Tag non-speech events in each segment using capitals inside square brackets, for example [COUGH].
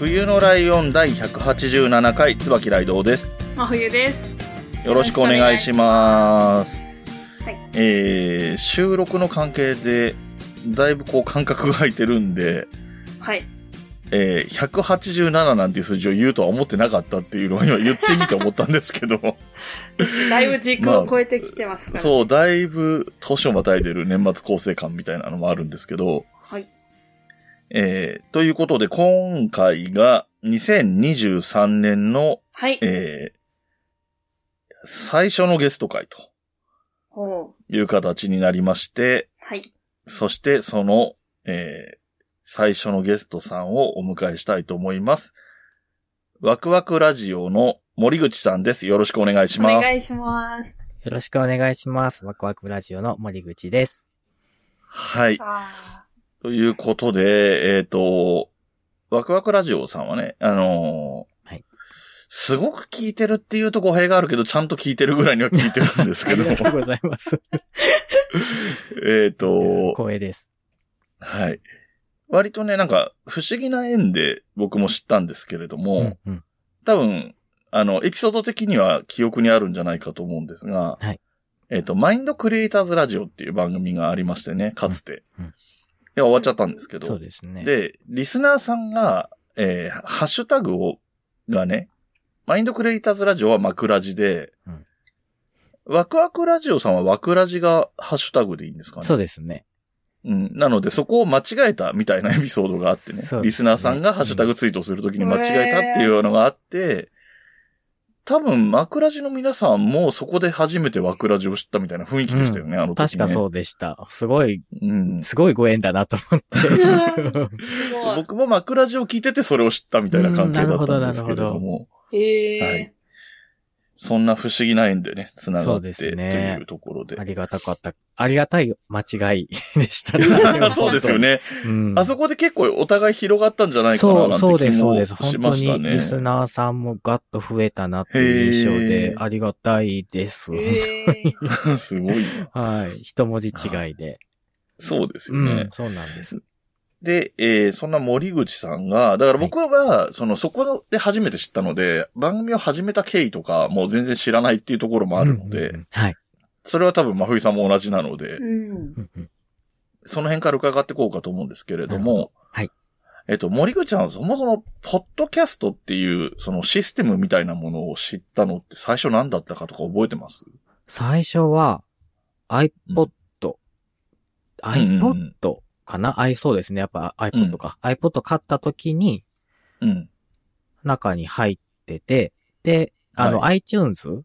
冬のライオン第187回椿ライドウです真冬ですよろしくお願いしますはいえー、収録の関係でだいぶこう間隔が空いてるんで、はいえー、187なんていう数字を言うとは思ってなかったっていうのは今言ってみて思ったんですけ [LAUGHS] どだいぶ時空を超えてきてますから。そうだいぶ年をまたいでる年末構成感みたいなのもあるんですけどはいえー、ということで今回が2023年のはいえー最初のゲスト会とほういう形になりまして、はいそしてその、えー最初のゲストさんをお迎えしたいと思います。ワクワクラジオの森口さんです。よろしくお願いしおます。願いしますよろしくお願いします。ワクワクラジオの森口です。はい。あということで、えっ、と、ワクワクラジオさんはね、あのーはいすごく聞いてるっていうと語弊があるけど、ちゃんと聞いてるぐらいには聞いてるんですあけりどがとうも、 [LAUGHS] ございます。えっと、光栄です。はい。割とね、なんか、不思議な縁で僕も知ったんですけれども、うんうん。多分、あの、エピソード的には記憶にあるんじゃないかと思うんですが、はいえっ、と、マインドクリエイターズラジオっていう番組がありましてね、かつて。うんうんいや、終わっちゃったんですけど。そうですね。で、リスナーさんが、えーハッシュタグを、がね、マインドクリエイターズラジオはマクラジで、うんワクワクラジオさんはワクラジがハッシュタグでいいんですかねそうですね。うん。なので、そこを間違えたみたいなエピソードがあってね。そうですねリスナーさんがハッシュタグツイートするときに間違えたっていうのがあって、多分、枕地の皆さんもそこで初めて枕地を知ったみたいな雰囲気でしたよね、あの時、ね。確かう。そうでした。すごい、うん。すごいご縁だなと [LAUGHS] 思って。すそうごい僕も枕地を聞いててそれを知ったみたいな関係だったんですけれどうんなるほどなるも、へえ、はいそんな不思議な縁でね、繋がそっうてでってすねいうところで。あ。りがたかった。ありがたい間違いでしたね [LAUGHS] そうですよ。ね。うん。あそこで結構お互い広がったんじゃないかなそなんう、て気そうです、そうもです。し本ま当したにねリ。スナーさんもガッと増えたなっていう印象へで、ーありがたいです。へえ [LAUGHS] すごいな。はい。一文字違いで。そうですうよね。ん、そうなんです。で、えーそんな森口さんが、だから僕は、その、そこで初めて知ったので、番組を始めた経緯とか、もう全然知らないっていうところもあるので、うんうんうんはい。それは多分、真冬さんも同じなので、うんうんうんその辺から伺っていこうかと思うんですけれどなるほも、はい。えっと、森口さんはそもそも、ポッドキャストっていう、そのシステムみたいなものを知ったのって、最初何だったかとか覚えてます最初は iPod、うんうんうん iPod かな、あいそうですね。やっぱ iPod か。iPod 買った時にうん。中に入ってて、で、あの、iTunes うん、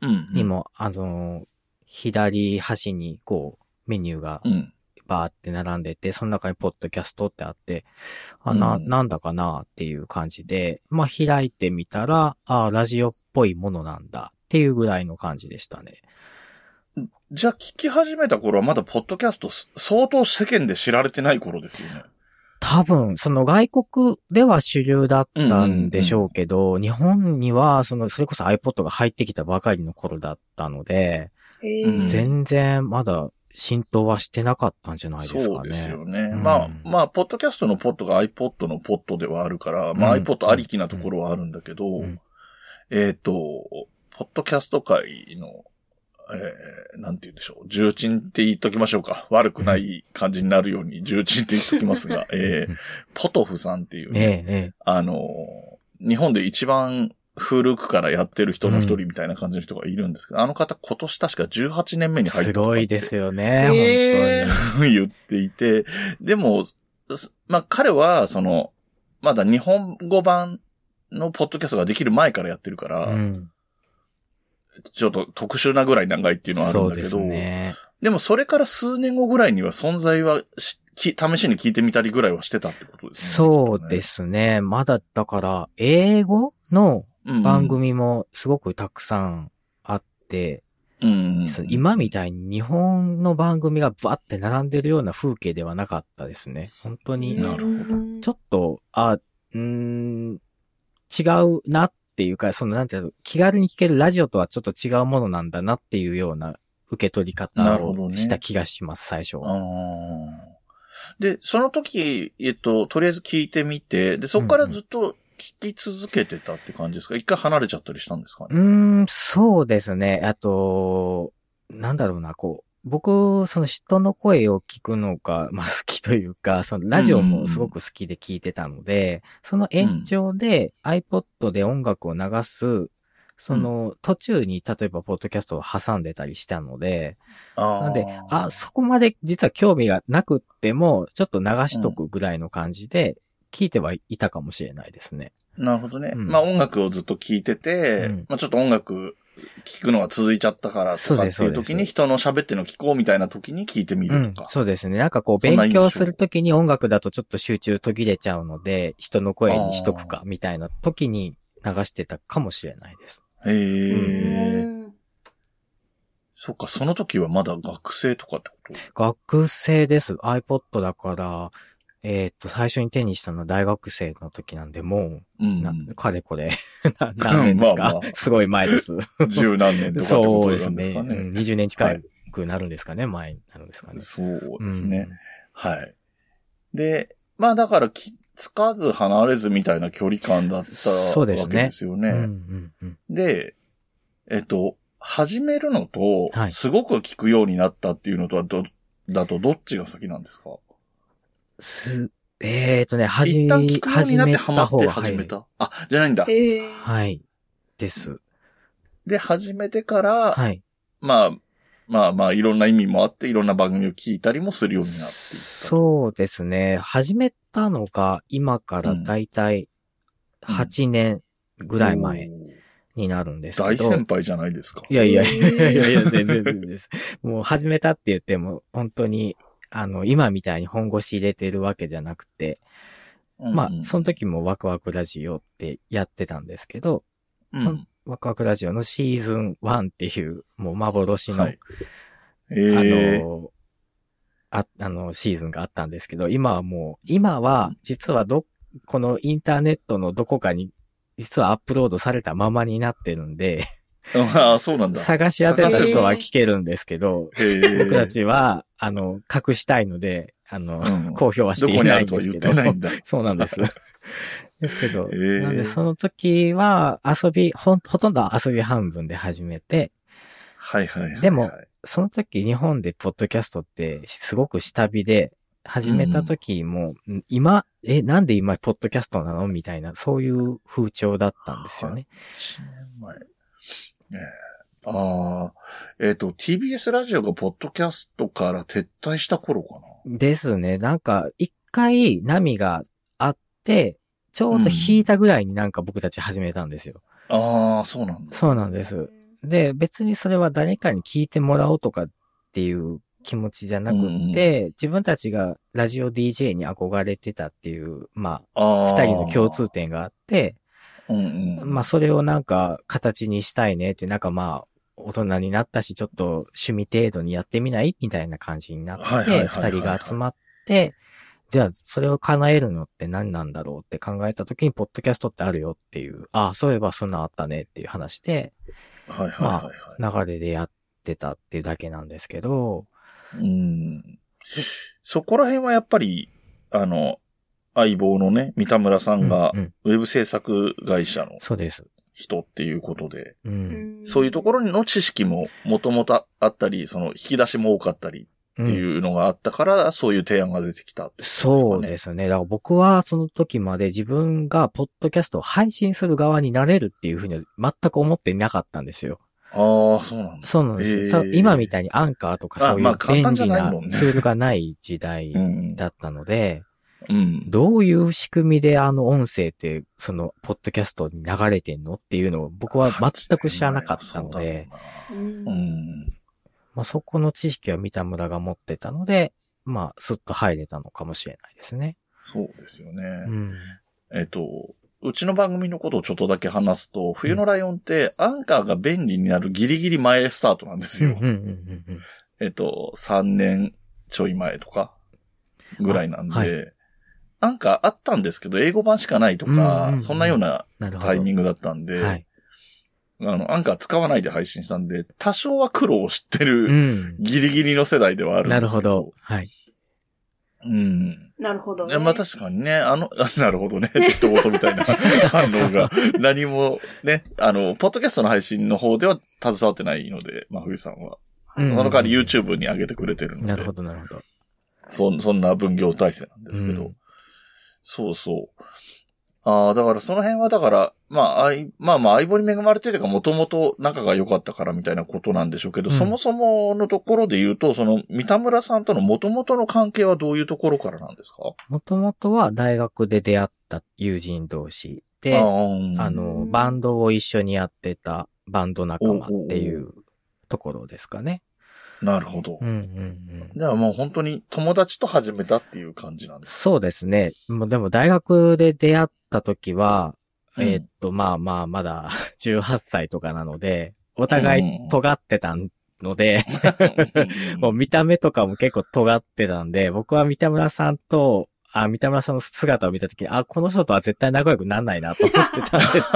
うん。にも、あのー、左端にこう、メニューがうん。バーって並んでて、その中にポッドキャストってあって、あ、うんな、なんだかなっていう感じで、まあ開いてみたら、あラジオっぽいものなんだっていうぐらいの感じでしたね。じゃあ、聞き始めた頃はまだ、ポッドキャスト、相当世間で知られてない頃ですよね。多分、その外国では主流だったんでしょうけど、日本には、その、それこそ iPod が入ってきたばかりの頃だったので、へえうん全然まだ浸透はしてなかったんじゃないですそかうね。ですよね。うんまあ、まあ、ポッドキャストのポッドが iPod のポッドではあるから、まあ、うん iPod ありきなところはあるんだけど、んえっ、と、ポッドキャスト界の、えー、なんて言うんでしょう。重鎮って言っときましょうか。悪くない感じになるように重鎮って言っときます [LAUGHS] が、えー、ポトフさんっていう、えね、え、えあのー、日本で一番古くからやってる人の一人みたいな感じの人がいるんですけど、あの方今年確か18年目え。に入ってすたとかっごていですよね、ええ本言っていて、でも、すまあ彼は、その、まだ日本語版のポッドキャストができる前からやってるか当ら、に。うん。ちょっと特殊なぐらい長いっていうのはあるんだけど、そうですね。でもそれから数年後ぐらいには存在はしき試しに聞いてみたりぐらいはしてたってことですね。そうで。すね。まだ、だから、英語のうん番。組もすごくたくさんあって、うんうんうん。そう今みたいに日本の番組がバって並んでるような風景ではなかったですね。本当に、なるほどちょっと、あ、うーん、違うなっていうか、そのなんていうの、気軽に聞けるラジオとはちょっと違うものなんだなっていうような受け取りな方るほどをねした気がします、最初は。あーで、その時、えっと、とりあえず聞いてみて、で、そこからずっと聞き続けてたって感じですか一回離れちゃったりしたんですかうねーん、そうですね。あと、なんだろうな、こう、僕、その人の声を聞くのが、 [LAUGHS] まあ好きというか、そのラジオもすごく好きで聞いてたので、その延長で iPod で音楽を流す、その途中に例えばポッドキャストを挟んでたりしたので、あーなんで、あ、そこまで実は興味がなくっても、ちょっと流しとくぐらいの感じで、聞いてはいたかもしれないですね。なるほどね。うんまあ音楽をずっと聴いてて、うんまあちょっと音楽聴くのが続いちゃったからとそうかっですていう時そうにです人の喋ってるの聞こうみたいな時に聞いてみうるんと、か。そうですね。なんかこう、そんな勉印象強するときに音楽だとちょっと集中途切れちゃうので、人の声にしとくか、みたいな時に流してたかもしれないです。へえ、うんそっか、その時はまだ学生とかってこと学生です。iPod だから、えーっと、最初に手にしたのは大学生の時なんで、もうんう、な、かれこれ、な何年ですか、まあまあすごい前です。 [LAUGHS] 十何年とかってこそうとですなんですね。かうね。ん20年近くなるんですかね、前になるんですかね。そうですね。はい。で、まあだからき、つかず離れずみたいな距離感だったそわうけですねですようね。ん。うんうんうん。で、えっと、始めるのとは、いすごく聞くようになったっていうのとはど、だとどっちが先なんですかす、えーっとね、はじ、一旦聞くようになってハマっ方てが始めはいた。あ、じゃないんだ。ええ。はい。です。で、始めてから、はい。まあ、まあまあ、いろんな意味もあって、いろんな番組を聞いたりもするようになっていった。そうですね。始めたのが今からだいたいうん8年ぐらい前おー。になるんですけ大ど。先輩じゃないですか。いやいやえいやーいやいや、全然全然です。 [LAUGHS] もう始めたって言っても、本当に、あの、今みたいに本腰入れてるわけじゃなくて、うんまあ、その、時もワクワクラジオってやってたんですけど、うんそのワクワクラジオのシーズン1っていう、もう幻の、はい。えあー、の、あ、あの、シーズンがあったんですけど、今はもう、今は、実はど、このインターネットのどこかに、実はアップロードされたままになってるんで、 [LAUGHS] ああ、そうなんだ。探し当てた人は聞けるんですけど、へー僕たちは、あの、隠したいので、あうの、ん公表はしどていこにあなるいんとではす言っけてど。ないんだ。 [LAUGHS] そうな [LAUGHS] んです。ですけど、えーなんでその時は遊び、ほん、ほとんど遊び半分で始めて、はいはいはいはい。でもその時日本でポッドキャストってすごく下火で、始めた時も、ん今、え、なんで今ポッドキャストなのみたいな、そういう風潮だったんですよね。 1年前。ええああ、えっ、と、TBS ラジオがポッドキャストから撤退した頃かですね。なんか、一回波があって、ちょうど引いたぐらいになんか僕たち始めたんですよ。な。ああ、そうなんだ。そうなんです。で、別にそれは誰かに聞いてもらおうとかっていう気持ちじゃなくって、自分たちがラジオ DJ に憧れてたっていう、まあ、ああ。二人の共通点があって、うんうん。まあ、それをなんか形にしたいねって、なんかまあ、大人になったし、ちょっと趣味程度にやってみないみたいな感じになはいっはいはいて、はい二人が集まって、じゃあ、それを叶えるのって何なんだろうって考えた時に、ポッドキャストってあるよっていう、ああ、そういえばそんなんあったねっていう話で、はいはいはい、はい流れでやってたっていうだけなんですけど、うん。そこら辺はやっぱり、あの、相棒のね、三田村さんがうん、うんウェブ制作会社のそうです。人っていうことで、うう。んんそういうところの知識ももともとあったり、その引き出しも多かったりってっていうのがあったから、そういう提案が出てきたってことですかねそうですね。だから僕はその時まで自分がポッドキャストを配信する側になれるっていうふうには全く思ってなかったんですよ。ああ、そうなんだ。そうなんですえーよ。さ今みたいにアンカーとかそういあまあう簡便単じゃ利ないなもんねツールがない時代ん。だったので、うん。どういう仕組みであの音声って、その、ポッドキャストに流れてんのっていうのを僕は全く知らなかったので、う。うんん。まあそこの知識は三田村が持ってたので、まあ、すっと入れたのかもしれないですね。そうですよね。うん。えっと、うちの番組のことをちょっとだけ話すと、冬のライオンってアンカーが便利になるギリギリ前スタートなんですうんうよ。んうんうんえっと、3年ちょい前とか、ぐらいなんで、あはアンカーあったんですけど、英語版しかないとか、うんうんうんそんなようななるほど。タイミングだったんで、はい。あの、アンカー使わないで配信したんで、多少は苦労を知ってうる、ん。ギリギリの世代ではあるんでなすけど。るほど。。はい。うん。なるほど、いね。やまあ確かにね、あの、あなるほどね、 [LAUGHS] って一言み [LAUGHS] たいな反応が、何もね、あの、ポッドキャストの配信の方では携わってないので、まあ、冬さんは。うそんの代わり YouTube に上げてくれてるので、なるほど、なるほど。そんそんな分業体制なんですけど、うんそうそう。ああ、だからその辺はだから、まあ、あいまあまあ、相棒に恵まれてるか、もともと仲が良かったからみたいなことなんでしょうけど、うんそもそものところで言うと、その、三田村さんとのもともとの関係はどういうところからなんですかもともとは大学で出会った友人同士で、あーの、うんバンドを一緒にやってたバンド仲間っていうところですかね。なるほどう。んうんうん。じゃあもう本当に友達と始めたっていう感じなんです。そうですね。もうでも大学で出会った時は、うんえーっと、まあまあ、まだ [LAUGHS] 18歳とかなので、お互い尖ってたので、 [LAUGHS] もう見た目とかも結構尖ってたんで、僕は三田村さんと、あ、三田村さんの姿を見たときに、あ、この人とは絶対仲良くなんないなと思ってたんです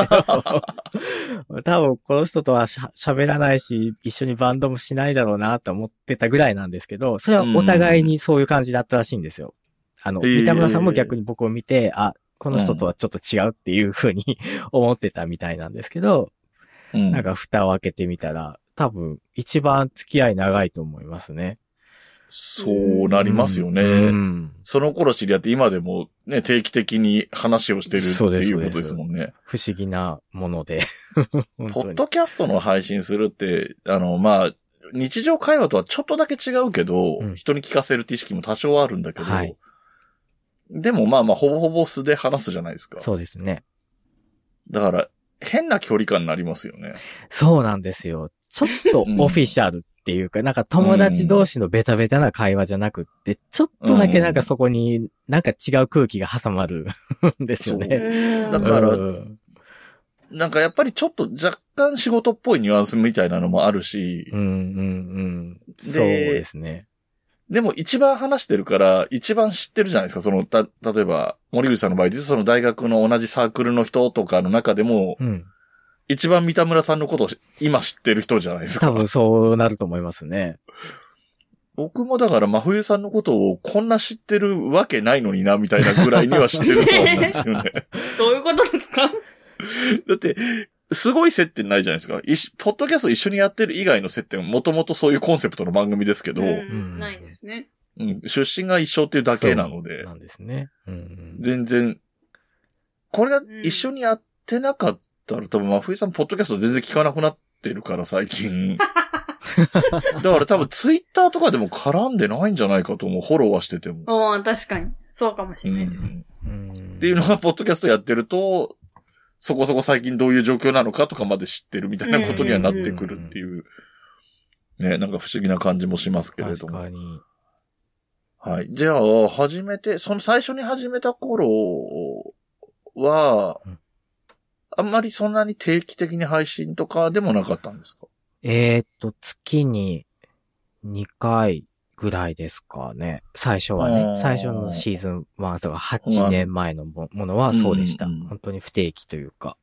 けど、多分この人とはしゃ喋らないし、一緒にバンドもしないだろうなと思ってたぐらいなんですけど、それはお互いにそういう感じだったらしいんですよ。あの、えー三田村さんも逆に僕を見て、あ、この人とはちょっと違うっていうふうに [LAUGHS] 思ってたみたいなんですけど、うんなんか蓋を開けてみたら、多分一番付き合い長いと思いますね。そうなりますよね。うん。その頃知り合って今でもね、定期的に話をしてるってそうですいうことですもんね。不思議なも [LAUGHS] ので。本ポッ当にドキャストの配信するって、あの、まあ、日常会話とはちょっとだけ違うけど、うん人に聞かせるって意識も多少あるんだけど、はいでもまあまあ、ほぼほぼ素で話すじゃないですか。そうですね。だから、変な距離感になりますよね。そうなんですよ。ちょっとうんオフィシャルっていうか、なんか友達同士のベタベタな会話じゃなくって、ちょっとだけなんかそこになんか違う空気が挟まるんですよね。うんだからうんなんかやっぱりちょっと若干仕事っぽいニュアンスみたいなのもあるし、うんうんうん。でそうですね。でも一番話してるから、一番知ってるじゃないですか。その、た、例えば、森口さんの場合で言うと、その大学の同じサークルの人とかの中でも、うん。一番三田村さんのことをし今知ってる人じゃないです多か。分そうなると思いますね。僕もだから真冬さんのことをこんな知ってるわけないのにな、みたいなぐらいには知ってると思うんですよ [LAUGHS] ね。どういうことですかだって、すごい接点ないじゃないですか。一緒ポッドキャスト一緒にやってる以外の接点、もともとそういうコンセプトの番組ですけど、うん、ないですね。うん出身が一緒っていうだけなので。なんですね。うんうん。全然、これが一緒にやってなかったら、多分、真冬さん、ポッドキャスト全然聞かなくなってるから、最 [LAUGHS] 近。だから多分、ツイッターとかでも絡んでないんじゃないかと思う。フォローはしてても。おー確かに。そうかもしれないです。うんうんっていうのが、ポッドキャストやってると、そこそこ最近どういう状況なのかとかまで知ってるみたいなことにはなってくるっていう、ね、なんか不思議な感じもしますけれど確も。かに。はい。じゃあ、始めて、その最初に始めた頃はうん、あんまりそんなに定期的に配信とかでもなかったんですかえーっと、月に2回ぐらいですかね。最初はあーね。最初のシーズン1とか8年前のもものはそうでした。うんうんうん本当に不定期というか。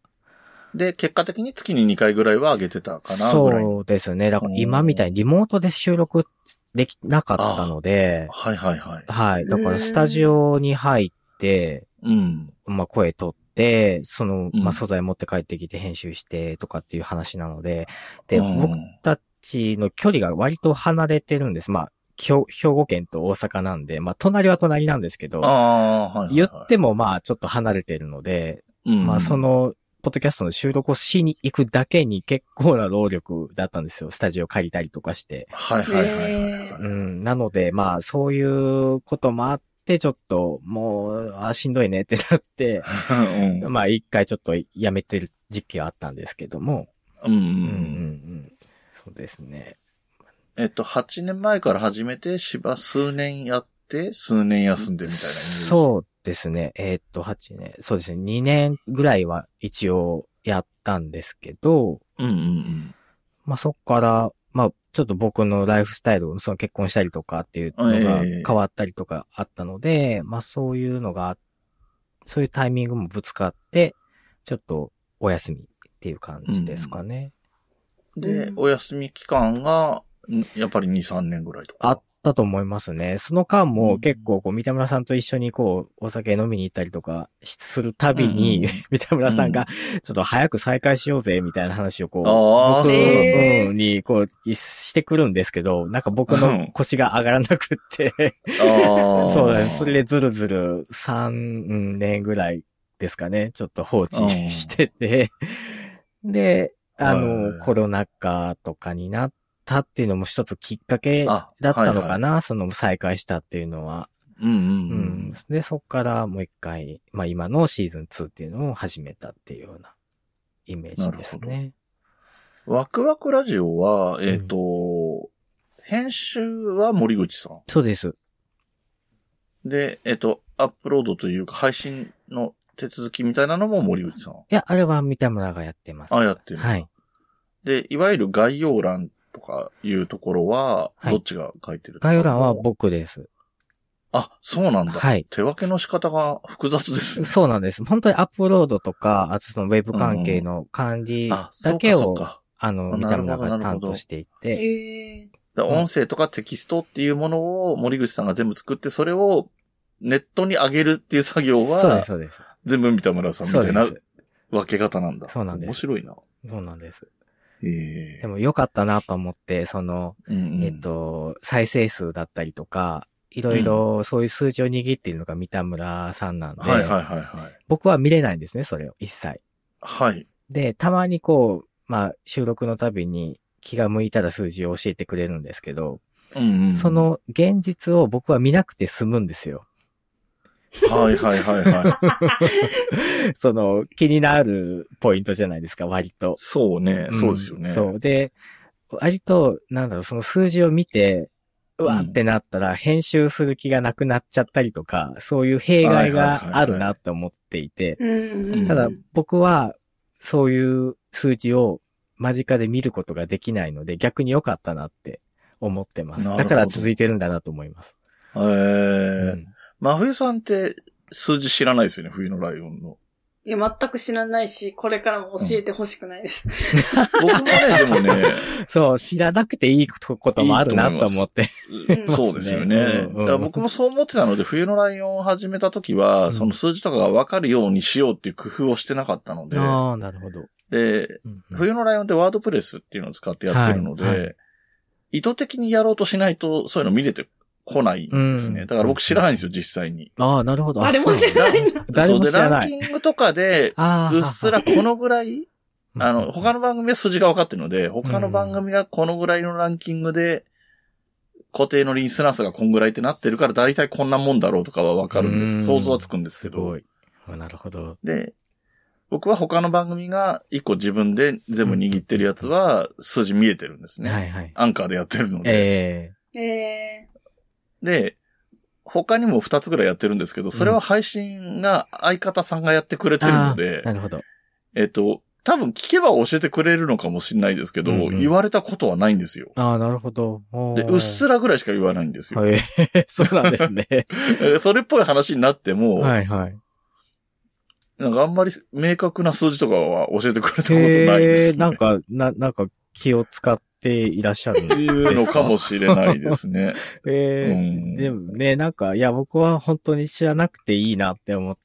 で、結果的に月に2回ぐらいは上げてたかなぐらい。そうですね。だから今みたいにリモートで収録できなかったので、はいはいはい。はい。だからスタジオに入って、うん。まあ声取って、その、うんまあ素材持って帰ってきて編集してとかっていう話なので、で、うん僕たちの距離が割と離れてるんです。まあ、きょ兵庫県と大阪なんで、まあ隣は隣なんですけど、ああ、はいはいはい。言ってもまあちょっと離れてるので、うん、まあその、ポッドキャストの収録をしに行くだけに結構な労力だったんですよ。スタジオ借りたりとかして。はいはいはいはいはい。うん。なので、まあ、そういうこともあって、って、ちょっと、もう、あ、しんどいねってなって、うんまあ、一回ちょっとやめてる時期はあったんですけども、うんう。うんうんうんん。そうですね。えっと、8年前から始めて、芝数年やって、数年休んでみたいなイメージ。う。そうですね。えーっと、8年。そうですね。2年ぐらいは一応やったんですけど、うんうんまあ、そっから、まあ、ちょっと僕のライフスタイル、その結婚したりとかっていうのがええ変わったりとかあったので、まあ、そういうのが、そういうタイミングもぶつかって、ちょっとお休みっていう感じですかね。うん。でう、んお休み期間が、んやっぱり2、3年ぐらいとか。あったと思いますね。その間も結構こう、三田村さんと一緒にこう、お酒飲みに行ったりとかしするたびに、うんうん [LAUGHS] 三田村さんが、ちょっと早く再開しようぜ、みたいな話をこう、あー僕そううんにこう、いしてくるんですけど、なんか僕の腰が上がらなくって、 [LAUGHS] ああ。 [LAUGHS] そうです。それでずるずる3年ぐらいですかね、ちょっと放置うんしてて、で、はあいの、コロナ禍とかになったっていうのも一つきっかけあだったのかはいな、その再開したっていうのは。はいうんううんうんん。。で、そっからもう一回、まあ今のシーズン2っていうのを始めたっていうようなイメージですね。ワクワクラジオは、えっ、と、編集は森口さん。そうです。で、えっ、と、アップロードというか、配信の手続きみたいなのも森口さん。いや、あれは三田村がやってます。あやってるはい。で、いわゆる概要欄とかいうところは、はいどっちが書いてる概要欄は。僕です。あ、そうなんだ。はい手分けの仕方が複雑ですね。そうなんです。本当にアップロードとか、あとそのウェブ関係の管理だあ、そうけか、そを、うか。あの、三な田るほど村がなるほ担ど当していて、ええだから音声とかテキストっていうものを森口さんが全部作って、それをネットに上げるっていう作業そうではす、、そうです。全部三田村さんみそうたいでなす。分け方なんだ。そうなんです面白いな。そうなんです。ええでも良かったなと思って、その、うんうんえっ、と、再生数だったりとか、いろいろそういう数字を握っているのが三田村さんなんで、はいはいはいはい。僕は見れないんですね、それを、一切。はい。で、たまにこう、まあ、収録のたびに気が向いたら数字を教えてくれるんですけど、うんうんそ、の現実を僕は見なくて済むんですよ。 [LAUGHS] はいはいはいはい。その、気になるポイントじゃないですか、割と。そうね、そうですよね。んそう。で、割と、なんだろう、その数字を見て、うわうんってなったら、編集する気がなくなっちゃったりとか、そういう弊害があるなと思っていて、うんうんただう僕は、そういう数字を間近で見ることができないので、逆に良かったなって思ってます。なるほだどから続いてるんだなと思います。ええうん真冬さんって数字知らないですよね、冬のライオ [LAUGHS] ンの。いや、全く知らないし、これからも教えてほしくないです。僕もね、でもね、 [LAUGHS] そう、知らなくていいこともあるなと思って。うんそうですよね。うんうんだから僕もそう思ってたので、冬のライオンを始めた時は、うんその数字とかがわかるようにしようっていう工夫をしてなかったので、ああ、なるほど。で、うんうん冬のライオンってワードプレスっていうのを使ってやってるので、はい意図的にやろうとしないと、そういうの見れてこないんですね。うんだから僕知らないんですよ、実際に。ああ、なるほど。あ誰も知らないな。誰も知らなそうで、ラい。ンキングとかで、 [LAUGHS] ああ。うっすらこのぐらい、あの、他のの、番組は数字が分かってるので、他の番組がこのぐらいのランキングで、固定のリスナー数がこんぐらいってなってるから、大体こんなもんだろうとかは分かるんでうす。ん想像はつくんですけすどご。い。あなるほど。で、僕は他の番組が一個自分で全部握ってるやつは、数字見えてるんですね。はいはい。アンカーでやってるので。ええ [LAUGHS] えで、他にも2つぐらいやってるんですけど、それは配信が相方さんがやってくれえてるのあであ、なるほど。えっと、多分聞けば教えてくれるのかもしれないですけど、うんうん言われたことはないんですよ。ああ、なるほど。おで、ーうっすらぐらいしか言わないんですよ。はい。 [LAUGHS] そうな [LAUGHS] んですね。えそれっぽい話になっても、はいはい。なんかあんまり明確な数字とかは教えてくれたことないへでえ、す、ね。なんか、な、なんか気を使っていらっしゃるんっていうのかもししれないですね。れなうい。[LAUGHS] ええんでもね、なんか、いや、僕は本当に知らなくていいなって思っ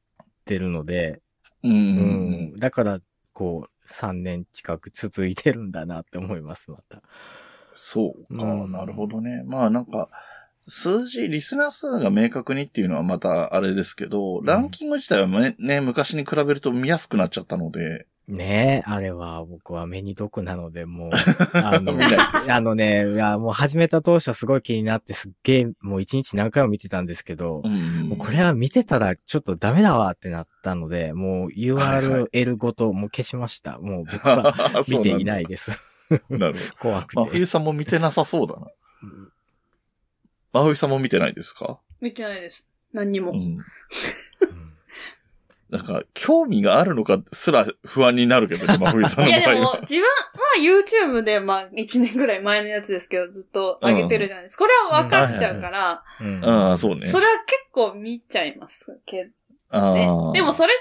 てるので、うんううんうんん。だから、こう、3年近く続いてるんだなって思います、また。そうか、うんなるほどね。まあなんか、数字、リスナー数が明確にっていうのはまたあれですけど、ランキング自体はね、ね昔に比べると見やすくなっちゃったので、ねえ、あれは僕は目に毒なの [LAUGHS] で、もう、あの見ない、あのね、いや、もう始めた当初すごい気になってすっげえ、もう一日何回も見てたんですけど、うんもうこれは見てたらちょっとダメだわってなったので、もうはいはい URL ごともう消しました。もう [LAUGHS] 僕は見ていないです。そうなんだなるほ [LAUGHS] 怖くど。真て。冬さんも見てなさそうだな。真冬さんも見てないですか見てないです。何にも。うん。うんなんか、興味があるのかすら不安になるけど、 [LAUGHS] ね、真冬さんいのや場で合もは。、自分は YouTube で、まあ、1年ぐらい前のやつですけど、ずっと上げてるじゃないですか。これは分かっちゃうから、うんああ、そうね。それは結構見ちゃいますけどねあ。あでもそれ、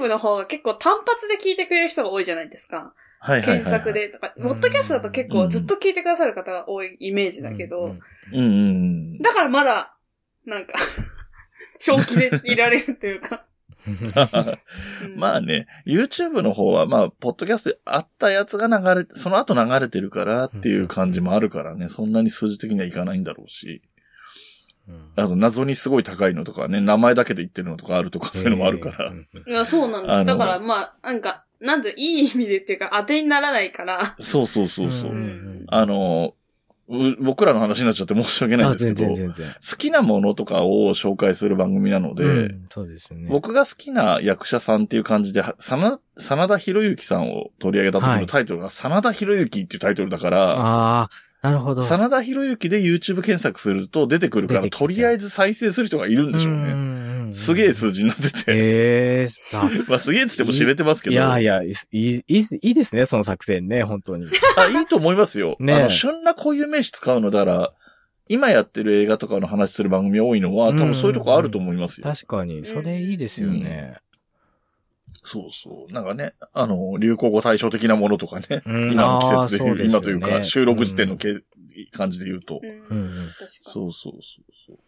YouTube の方が結構単発で聞いてくれる人が多いじゃないですか。はいはいはいはい検索。でとか、うんポッドキャストだと結構ずっと聞いてくださる方が多いイメージだけど、うんうんうんだからまだ、なんか、 [LAUGHS] 正気でいられるという [LAUGHS] か。うん。うんまあね、YouTube の方は、まあ、ポッドキャストであったやつが流れ、その後流れてるからっていう感じもあるからね、そんなに数字的にはいかないんだろうし、うんあと謎にすごい高いのとかね、名前だけで言ってるのとかあると [LAUGHS] か、そういうのもあるかうら。んいや、そうなんであす。のだからまあ、なんか、なんでいい意味でっていうか当てにならないから、そうそうそうそうう。んうんあの、う僕らの話になっちゃって申し訳ないんあ、ですけ全ど、然好全然。きなものとかを紹介する番組なので、うんそうですね。僕が好きな役者さんっていう感じで、はさな、真田広之さんを取り上げた時はのいタイトルが、真田広之っていうタイトルだから、ああ、なるほど。真田広之で YouTube 検索すると出てくるから、出てきちゃとうりあえず再生する人がいるんでしょうね。ねすげえ数字になってて。ええー、あまあすげえっつっても知れてますけど。いやいや、いい、いい、いいですね、その作戦ね、本当 [LAUGHS] に。あ、いいと思いますよ。ねえあの、旬なこういう名詞使うのだら、今やってる映画とかの話する番組多いのは、多分そういうとこあると思いますよ。確かに、それいいですよね。そうそう。なんかね、あの、流行語対照的なものとかね。うん今の季節で言う、あーそうすよ今ねというか、収録時点のけ、感じで言うと。ううんんうん確かそうそうそうそう。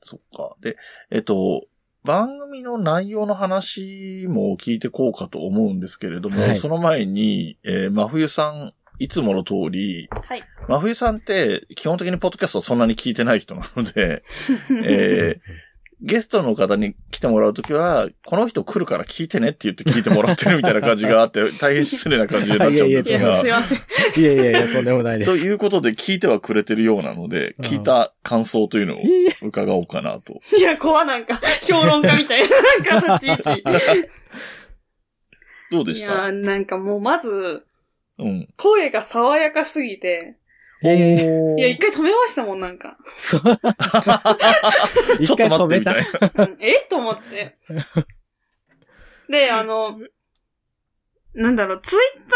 そっか。で、えっと、番組の内容の話も聞いてこうかと思うんですけれども、はいその前に、えー真冬さん、いつもの通り、はい真冬さんって、基本的にポッドキャストをそんなに聞いてない人なので、 [LAUGHS] えーゲストの方に来てもらうときは、この人来るから聞いてねって言って聞いてもらってるみたいな感じがあって、大変失礼な感じになっちゃうんですいや、すいが、ません。いやいやいや、とんでもないでと [LAUGHS] す。いうことで聞いてはくれてるようなので、うん聞いた感想というのを伺おうかなと。いや、怖なんか、評論家みたいな、なんか、立ち位どう置。でいしや、たなんかもう、まず、うん。声が爽やかすぎて、えいや、一回止めましたもん、なんか。そうちょ一っと回待止ってめみたたい。な。うん [LAUGHS] えと思って。で、あの、なんだろう、ツイッタ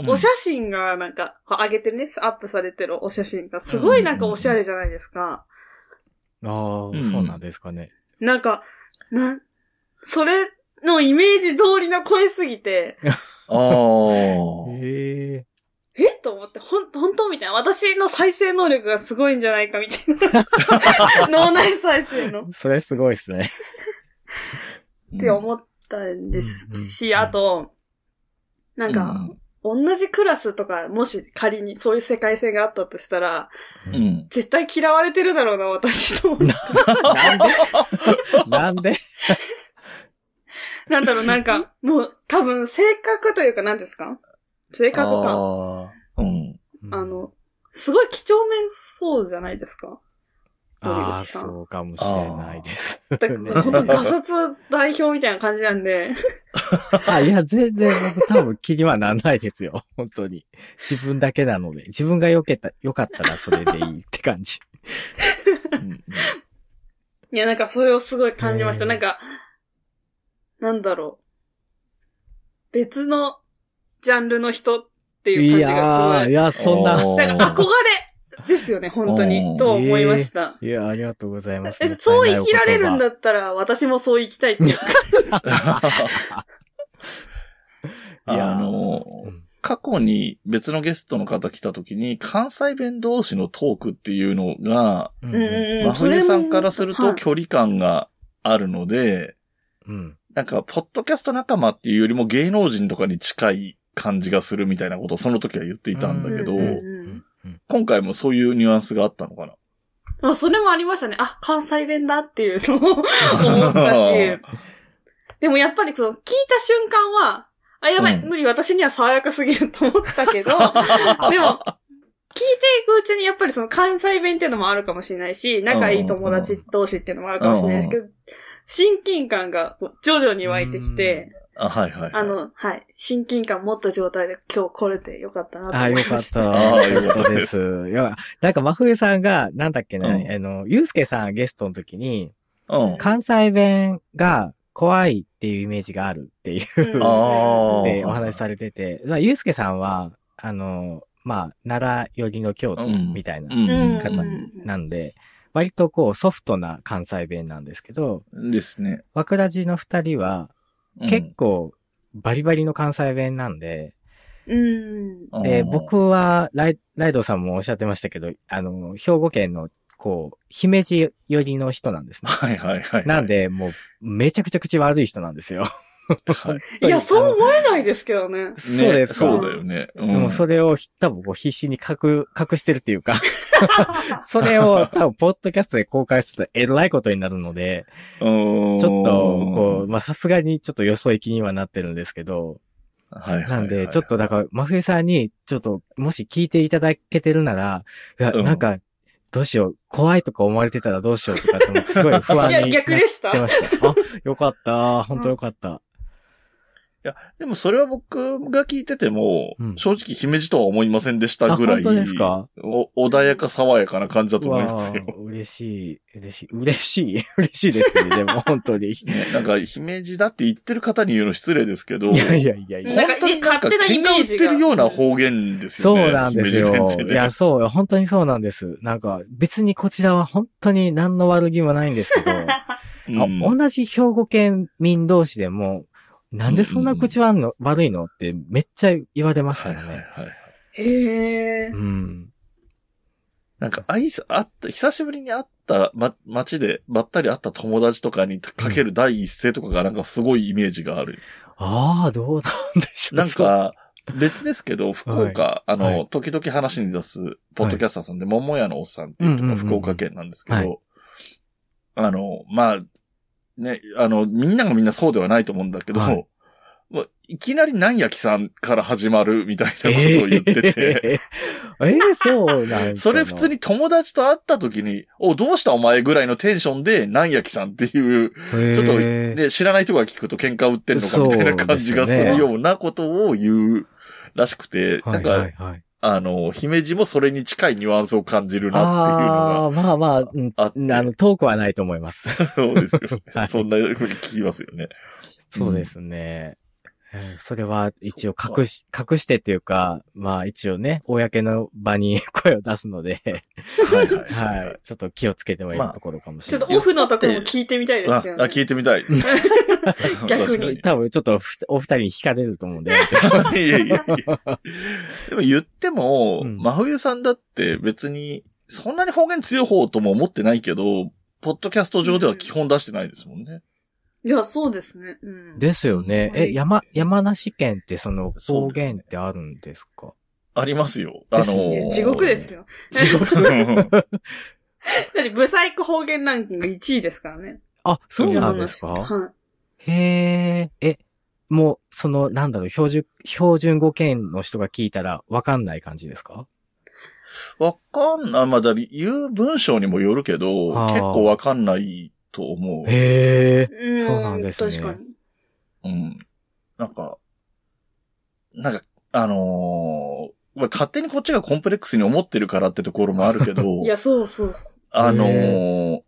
ーのお写真がなんか、上げてるね、アップされてるお写真が、すごいなんかおしゃれじゃないですか。ああ、そうなんですかね。なんか、なん、それのイメージ通りの声すぎて、うんああ。えええと思って、ほん、本当みたいな。私の再生能力がすごいんじゃないかみたいな。脳内再生の。っそれすごいで [LAUGHS] すね。て思ったんですし、あと、なんか、同じクラスとか、もし仮にそういう世界線があったとしたら、うん。うん。絶対嫌われてるだろうな、私と思って。なんでなんでなんだろう、なんか、もう、多分、性格というか、何ですか性格か。ああ。うん。あ、の、すごい貴重面そうじゃないですか。ああ、そうかもしれないです。だ [LAUGHS] から、ほんと、ガサツ代表みたいな感じなん [LAUGHS] で。あ、いや、全然僕多分気にはなんないですよ。本当に。自分だけなので。自分が良けた、良かったらそれでいいって感じ。うんいや、なんかそれをすごい感じました。うんなんか、なんだろう。別のジャンルの人っていう感じがやすー、ごいい。や、 [LAUGHS] そんな。なんか憧れですよね、本当おに。ーと思いました。いや、ありがとうございます。えもったいそうない生きられるんだったら、私もそう生きたいっていうか。 [LAUGHS] いやあのお、言葉。過去に別のゲストの方来た時に、関西弁同士のトークっていうのが、ううんうんうん。真冬さんからするとはい距離感があるので、うん。なんか、ポッドキャスト仲間っていうよりも芸能人とかに近い感じがするみたいなことをその時は言っていたんだけど、うんうんうん今回もそういうニュアンスがあったのかなまあ、それもありましたね。あ、関西弁だっていう [LAUGHS] のを思ったし。でもやっぱりその、聞いた瞬間は、あ、やばい、うん無理、私には爽やかすぎると思ったけど、でも、聞いていくうちにやっぱりその関西弁っていうのもあるかもしれないし、仲いい友達同士っていうのもあるかもしれないですけど、親近感が徐々に湧いてきて、あ、はいはい。あ、の、はい、親近感持った状態で今日来れてよかったなとああ、思よいかまっした。た。ああよよかかっったた [LAUGHS] で。ですすいや、なんか、真冬さんが、なんだっけな、うんあの、ゆうすけさんゲストの時に、うん。関西弁が怖いっていうイメージがあるっていううんああ。でお話しされてて、まあ、ゆうすけさんは、あの、まあ、奈良寄りの京都みたいなうんうん方なんで、割とこう、ソフトな関西弁なんですけど、ですね。若ラジの二人は、うん結構、バリバリの関西弁なんで、うん。で、、うん僕はライ、ライドさんもおっしゃってましたけど、あの、兵庫県の、こう、姫路寄りの人なんですね。はいはいはい。なん、で、もう、めちゃくちゃ口悪い人なんですよ。はいいや、そう思えないですけど [LAUGHS] ね。あの [LAUGHS] そうですか。ねそうだよね。うんでもそれをひ多分こう必死に隠、隠してるっていうか、それを多分ポッドキャストで公開するとえらいことになるので、うちょんっとこう、まあさすがにちょっとよそ行きにはなってるんですけど、はいはいはい。なんでちょっとだから、真冬さんにちょっともし聞いていただけてるなら、いや、うんなんか、どうしよう、怖いとか思われてたらどうしようとかって思って、すごい不い安になっや、て [LAUGHS] 逆でした。ました。あ、よかった、本当よかった。でもそれは僕が聞いてても、うん正直姫路とは思いませんでしたぐらあい、本当ですかお穏やか爽やかな感じだと思いますよう。わー嬉しい、嬉しい、嬉しい、 [LAUGHS] 嬉しいですね、でも本当に。ね [LAUGHS] なんか、姫路だって言ってる方に言うの失礼ですけど、いやいやいやいや。なんか本当になんか勝手なイ喧メ嘩売ーっジてがるような方言ですよね。そうなんです姫よ路。弁っていねや、そうよ。本当にそうなんです。なんか、別にこちらは本当に何の悪気もないんですけど、あうん同じ兵庫県民同士でも、なんでそんな口はんの、悪いのってめっちゃ言われますはかいらはいね。はい。 [LAUGHS] へえう。ん。なんか、挨拶、あった、久しぶりに会った、ま、街で、ばったり会った友達とかにかける第一声とかがなんかすごいイメージがある。ああ、どうなんでしょう。なんそう、か、別ですけど、福岡、あの、はい時々話に出す、ポッドキャスターさんで、桃屋のおっさんっていううんう人んうんが福岡県なんですけど、はいあの、まあ、ね、あの、みんながみんなそうではないと思うんだけど、はいまあ、いきなりなんやきさんから始まるみたいなことえを言って [LAUGHS] て、ええーそうな [LAUGHS] んそれ普通に、に友達と会った時に、お、どうしたお前ぐらいのテンションで、なんやきさんっていう、へーちょっと、ね、知らない人が聞くと喧嘩売ってんのかみたいな感じがそうすですねるようなことを言うらしくて、はなんいか、はいはい。あの、姫路もそれに近いニュアンスを感じるなっていうあのあー、まあまあ、うんがあって、あの、遠くはないと思います。 [LAUGHS] そうですよはいね。そんなふうに聞きますよね。そうですね。えーそれは一応隠し、隠してっていうか、まあ一応ね、公の場に [LAUGHS] 声を出すので、はいはいはいははいい。 [LAUGHS] ちょっと気をつけてはいるまあところかもしちょれっなとい。オフのとこも聞いてみたいですあけど、ね。あ、聞いてみたい。 [LAUGHS] 逆確かに多分ちょっとふお二人に惹かれると思うんで。いやいやいや。でも言っても、うん真冬さんだって別に、そんなに方言強い方とも思ってないけど、ポッドキャスト上では基本出してないですもんね。いや、そうですね。うん。 [LAUGHS] ですよね。え、はい山、山梨県ってそのそ方うですね言ってあるんですかありますよ。あのですねいやー地獄です。よ。地獄うんだって、ブサイク方言ランキング1位ですからね。 [LAUGHS] あ、そうなんです世の中かはい。へえ、え、もう、その、なんだろう、標準、標準語圏の人が聞いたらわかんない感じですかわかんない。まあ、だから言う文章にもよるけど、あー結構わかんないと思う。へえ、うそうなんですね確かに。うん。なんか、なんか、あのーまあ勝手にこっちがコンプレックスに思ってるからってところもあるけ [LAUGHS] ど、いや、そうそうそあのー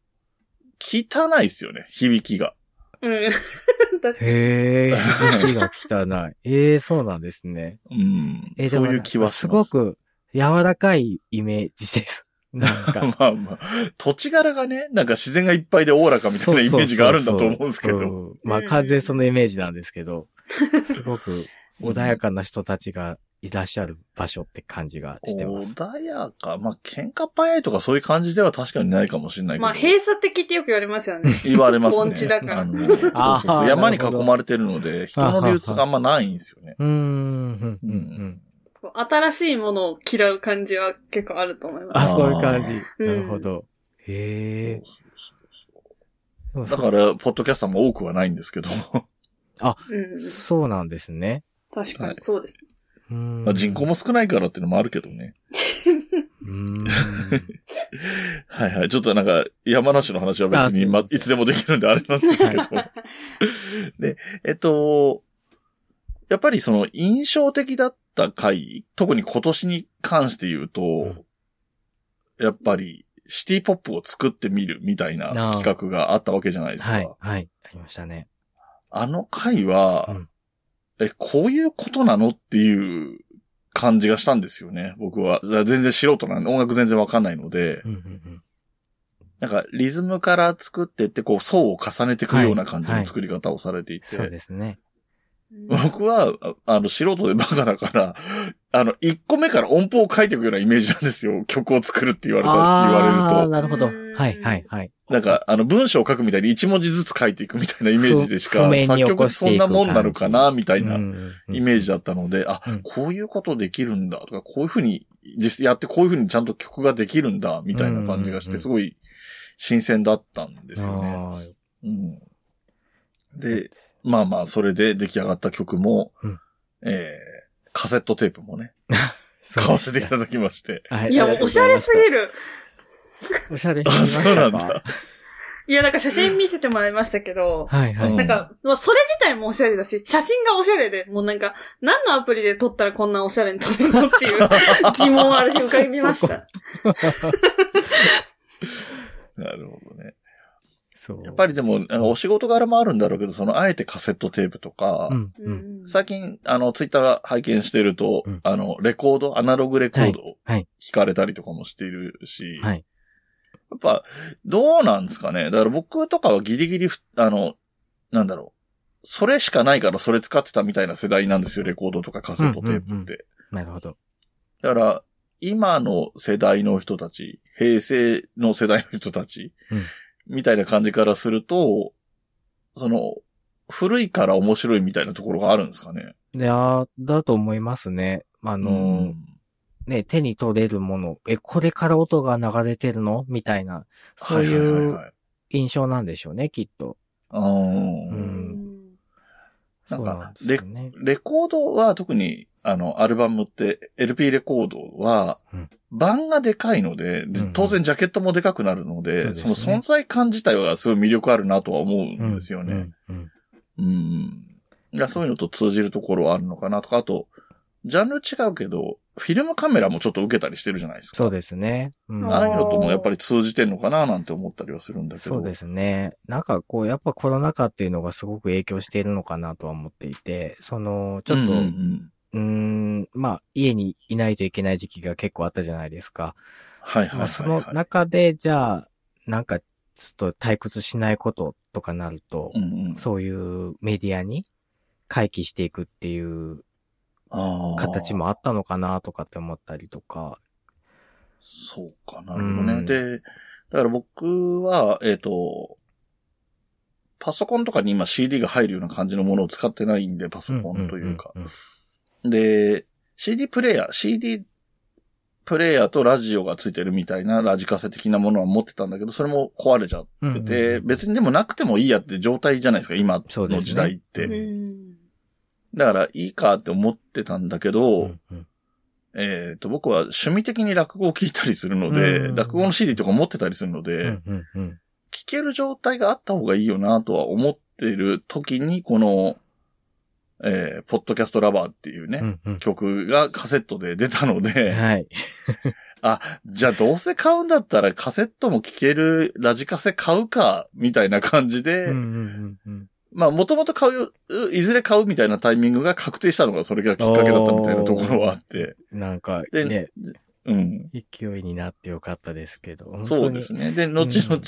汚いっすよね、響きが。う。うん。 [LAUGHS] 確かに。へえ、息が汚い。ええそうなんですね。うんえ。ーでそもういう気はしすまごす。く柔らかいイメージです。なん [LAUGHS] か。 [LAUGHS] まあまあ、土地柄がね、なんか自然がいっぱいでおおらかみたいなイメージがあるんだと思うんですけそうそうど。そう。うんまあ完全にそのイメージなんです [LAUGHS] けど、すごく穏やかな人たちがいらっしゃる場所って感じがしてます。穏やか。まあ、喧嘩早いとかそういう感じでは確かにないかもしれないけど。まあ、閉鎖的ってよく言われますよね。言われますね。盆地だからあのそうそうあーそう山になるほど囲まれてるので、人の流通があんまないんですよね。うーん、うん、うんうん。こう新しいものを嫌う感じは結構あると思います。あ、そういう感じ。うんなるほど。へえ。そうそうでもそうだかそら、ポッドキャスターも多くはないんですけど。うん。そうなんですね。確かはいに、そうです。うんまあ、人口も少ないからっていうのもあるけどね。うん。はいはい。ちょっとなんか、山梨の話は別に、あま、そうそうそういつでもできるんであれなんですけ [LAUGHS] ど。で、えっと、やっぱりその印象的だった回、特に今年に関して言うと、んやっぱりシティポップを作ってみるみたいなあー企画があったわけじゃないですか。はい、はい。ありましたね。あの回は、うんえ、こういうことなのっていう感じがしたんですよね。僕は。全然素人なんで、音楽全然わかんないのでう、んうんなんかリズムから作ってって、こう層を重ねていくような感じはいはのい作り方をされていうん。て、そうですね。僕は、ああの、素人でバカだから、あの、1個目から音符を書いていくようなイメージなんですよ。 [LAUGHS] 曲を作るって言われた、言あわーれるなるほうど。んはい、はい、はい。と。なんか、あの、文章を書くみたいに1文字ずつ書いていくみたいなイメージでしかふ譜、面に作起曲こってしそてんいくな感じもんなのかな、みたいなうんうんうんイメージだったので、あ、うんこういうことできるんだとか、こういうふうに、実やってこういうふうにちゃんと曲ができるんだ、みたいな感じがしうんうんうて、んすごい新鮮だったんですよね。あーうん、で、まあまあ、それで出来上がった曲も、うんえー、カセットテープもね、そう買わせていただきまして。 [LAUGHS] はいや、もうおしゃれすぎる。る。おしゃれしあ、ましそうなたんだか。。いや、なんか写真見せてもらいましたけど、はい、はうんい。なんか、まあ、それ自体もおしゃれだし、写真がおしゃれで、もうなんか、何のアプリで撮ったらこんなおしゃれに撮れるのって [LAUGHS] いう疑問を私浮かびましそた。なるほどね。そう。やっぱりでも、なんかお仕事柄もあるんだろうけど、その、あえてカセットテープとか、うん、う。うんん最近、あの、ツイッター拝見してると、うんあの、レコード、アナログレコードをはいは弾いかれたりとかもしているし、はい。やっぱ、どうなんですかね。だから僕とかはギリギリふ、あの、なんだろう。それしかないからそれ使ってたみたいな世代なんですよ、レコードとかカセットテープって。うんうんうんなるほど。だから、今の世代の人たち、平成の世代の人たち、うんみたいな感じからすると、その、古いから面白いみたいなところがあるんですかね。いやーだと思いますね。ああのー、ね、手に取れるもの、え、これから音が流れてるのみたいな、そういう印象なんでしょうね、きっと。うんうんなそんうかなんですよね。レコードは特に、あの、アルバムって、LP レコードはうん、版がでかいので、でうんうん当然ジャケットもでかくなるので、そうですそねの存在感自体はすごい魅力あるなとは思うんですよね。うん。ううんん。いや、そういうのと通じるところはあるのかなとか、あと、ジャンル違うけど、フィルムカメラもちょっと受けたりしてるじゃないですか。そうですね。うんああいうのともやっぱり通じてんのかななんて思ったりはするんだけど。そうですね。なんかこう、やっぱコロナ禍っていうのがすごく影響しているのかなとは思っていて、その、ちょっと、うんうんううんーん、まあ、家にいないといけない時期が結構あったじゃないですか。はいはいはい、まはあ、い。その中で、じゃあ、なんか、ちょっと退屈しないこととかなるとう、んうん、そういうメディアに回帰していくっていうあー形もあったのかなとかって思ったりとか。そうか、なるほどね。うんで、だから僕は、えっ、と、パソコンとかに今 CD が入るような感じのものを使ってないんで、パソコンというか。んんんん。で、CD プレイヤー、CD プレイヤーとラジオがついてるみたいなラジカセ的なものは持ってたんだけど、それも壊れちゃってて、うんうんうん別にでもなくてもいいやって状態じゃないですか、今そうでのすね時代って。うんだから、いいかって思ってたんだけど、うんうんえっ、と、僕は趣味的に落語を聞いたりするので、うん落語の CD とか持ってたりするので、うんうんうん聞ける状態があった方がいいよなとは思ってる時に、この、えーポッドキャストラバーっていうね、うんうん曲がカセットで出たので、はい。あ、じゃあどうせ買うんだったらカセットも聴けるラジカセ買うか、みたいな感じで、うんうんうんうんまあもともと買うよ、ういずれ買うみたいなタイミングが確定したのがそれがきっかけだったみたいなところはあって、なんか、でね、うん。勢いになってよかったですけど。本当にそうですね。で、後々、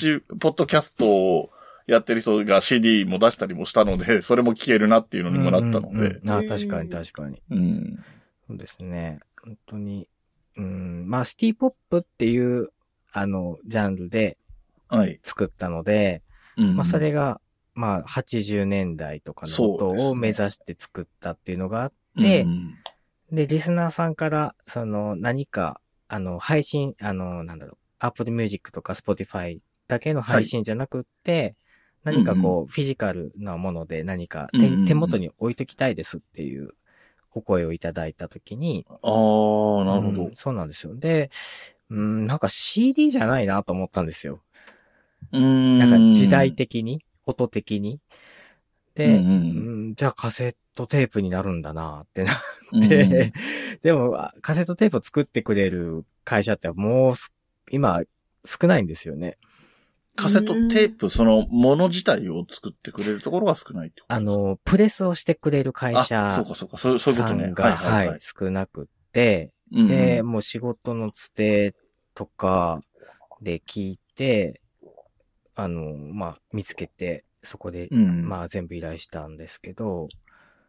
ポッドキャストをやってる人が CD も出したりもしたので、それも聴けるなっていうのにもなったのうんうんでう、んあ確かに確かに。うん。そうですね。本当に。うん、まあ、シティポップっていう、あの、ジャンルではい。作ったので、うんまあ、それが、まあ、80年代とかのことそうですねを目指して作ったっていうのがあってう、んで、リスナーさんから、その、何か、あの、配信、あの、なんだろう、Apple Music とか Spotify だけの配信じゃなくって、何かこう、フィジカルなもので何か手,、うんうんうん手元に置いときたいですっていうお声をいただいたときに、あー、なるほうどん。そうなんですよ。で、うん、なんか CD じゃないなと思ったんですよ。うんなんか時代的に、音的に。で、うんうんうんじゃあカセットテープになるんだなってなうんって、 [LAUGHS] でもあカセットテープを作ってくれる会社ってもうす今少ないんですよね。カセットテープ、その、もの自体を作ってくれるところが少ないってことあですかの、プレスをしてくれる会あ、そ社うかそうか、そうそういうこさとねん。が、はいはいはい、少なくって、うんで、もう仕事のつてとかで聞いて、あの、まあ、見つけて、そこで、うん。まあ、全部依頼したんですけど、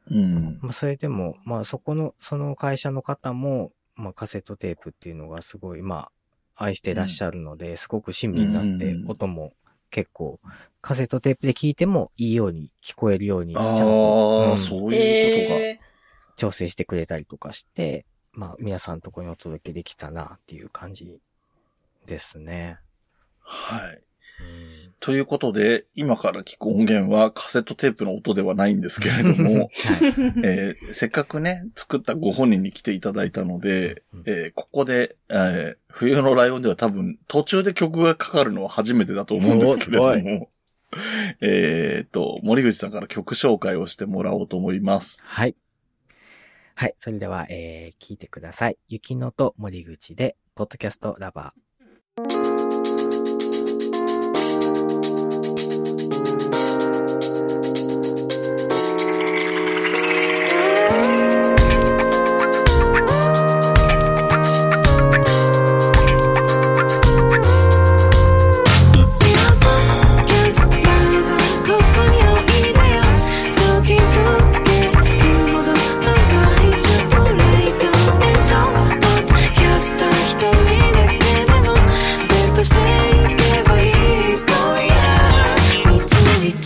うん。まあ、それでも、まあ、そこの、その会社の方も、まあ、カセットテープっていうのがすごい、まあ、愛してらっしゃるので、すごく親身になってう、ん音も結構、カセットテープで聞いてもいいように聞こえるように、ちゃんあと、うあ、んそういうことか。ええ調整してくれたりとかして、まあ、皆さんのとこにお届けできたなっていう感じですね。、はい。ということで、今から聞く音源はカセットテープの音ではないんですけれどもはい。えーせっかくね、作ったご本人に来ていただいたので、うんえーここで、えー冬のライオンでは多分途中で曲がかかるのは初めてだと思うんですけれどおーすも、 [LAUGHS] えーっと、森口さんから曲紹介をしてもらおうと思います。 [LAUGHS] はい。はい。それでは、えー、聞いてください。雪乃と森口で、ポッドキャストラバー。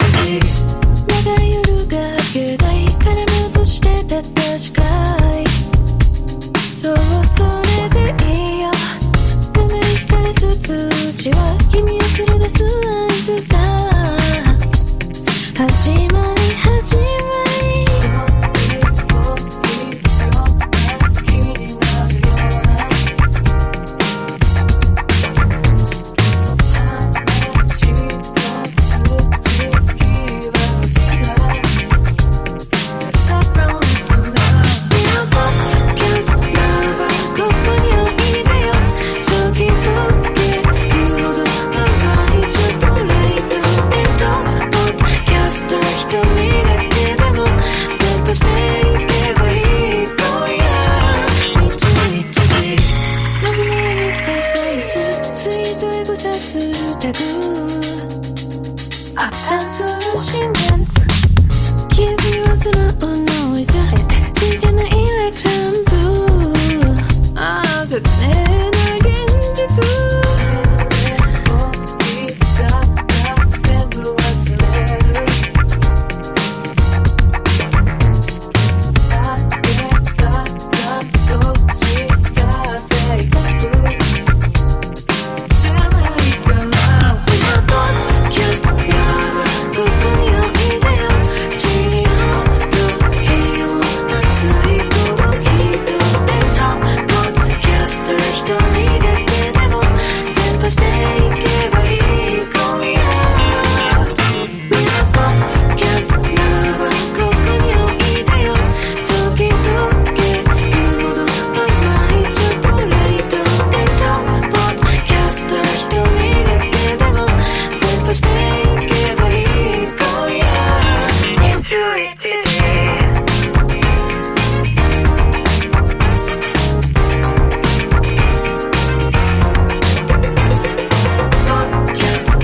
長い夜が明けたいから目を閉じてた確かいそうそれでいいよため光す通知は君を連れ出す合図さ始まり始まり「Love, kiss, love, ここにおいでよ」「ドキドキ言うほど甘いチョコレート」「伝統ポッキャスター瞳だけでも突破していけばいい今夜」「一日涙にささいすツイートエゴサするタグ」「アフターソーシンダンス」気づするおノイズついてないレクランプああ絶対な現実「ポッドキャストラブここにおいでよ」「地方の気温熱いコーヒーと弁当」「ポッドキャスト一人だけでも伝播していけばいい今夜」「みんなポッドキャストラブここにおいでよ」「時々言うほど甘いチョコレート」「伝統ポッドキャスト一人だけでも伝播していけばいい今夜」「ポッドキャストラ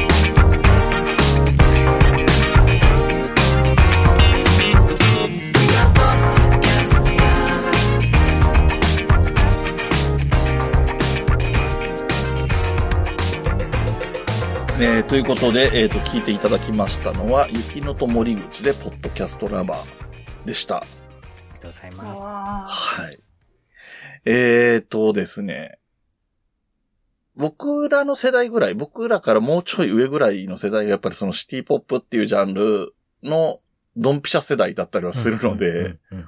ブ」えーということで、えーと、聞いていただきましたのは、雪乃と森口で、ポッドキャストラバーでした。ありがとうござい [LAUGHS] わます。あはい。えーとですね。僕らの世代ぐらい、僕らからもうちょい上ぐらいの世代がやっぱりそのシティポップっていうジャンルのドンピシャ世代だったりはするので、うんうん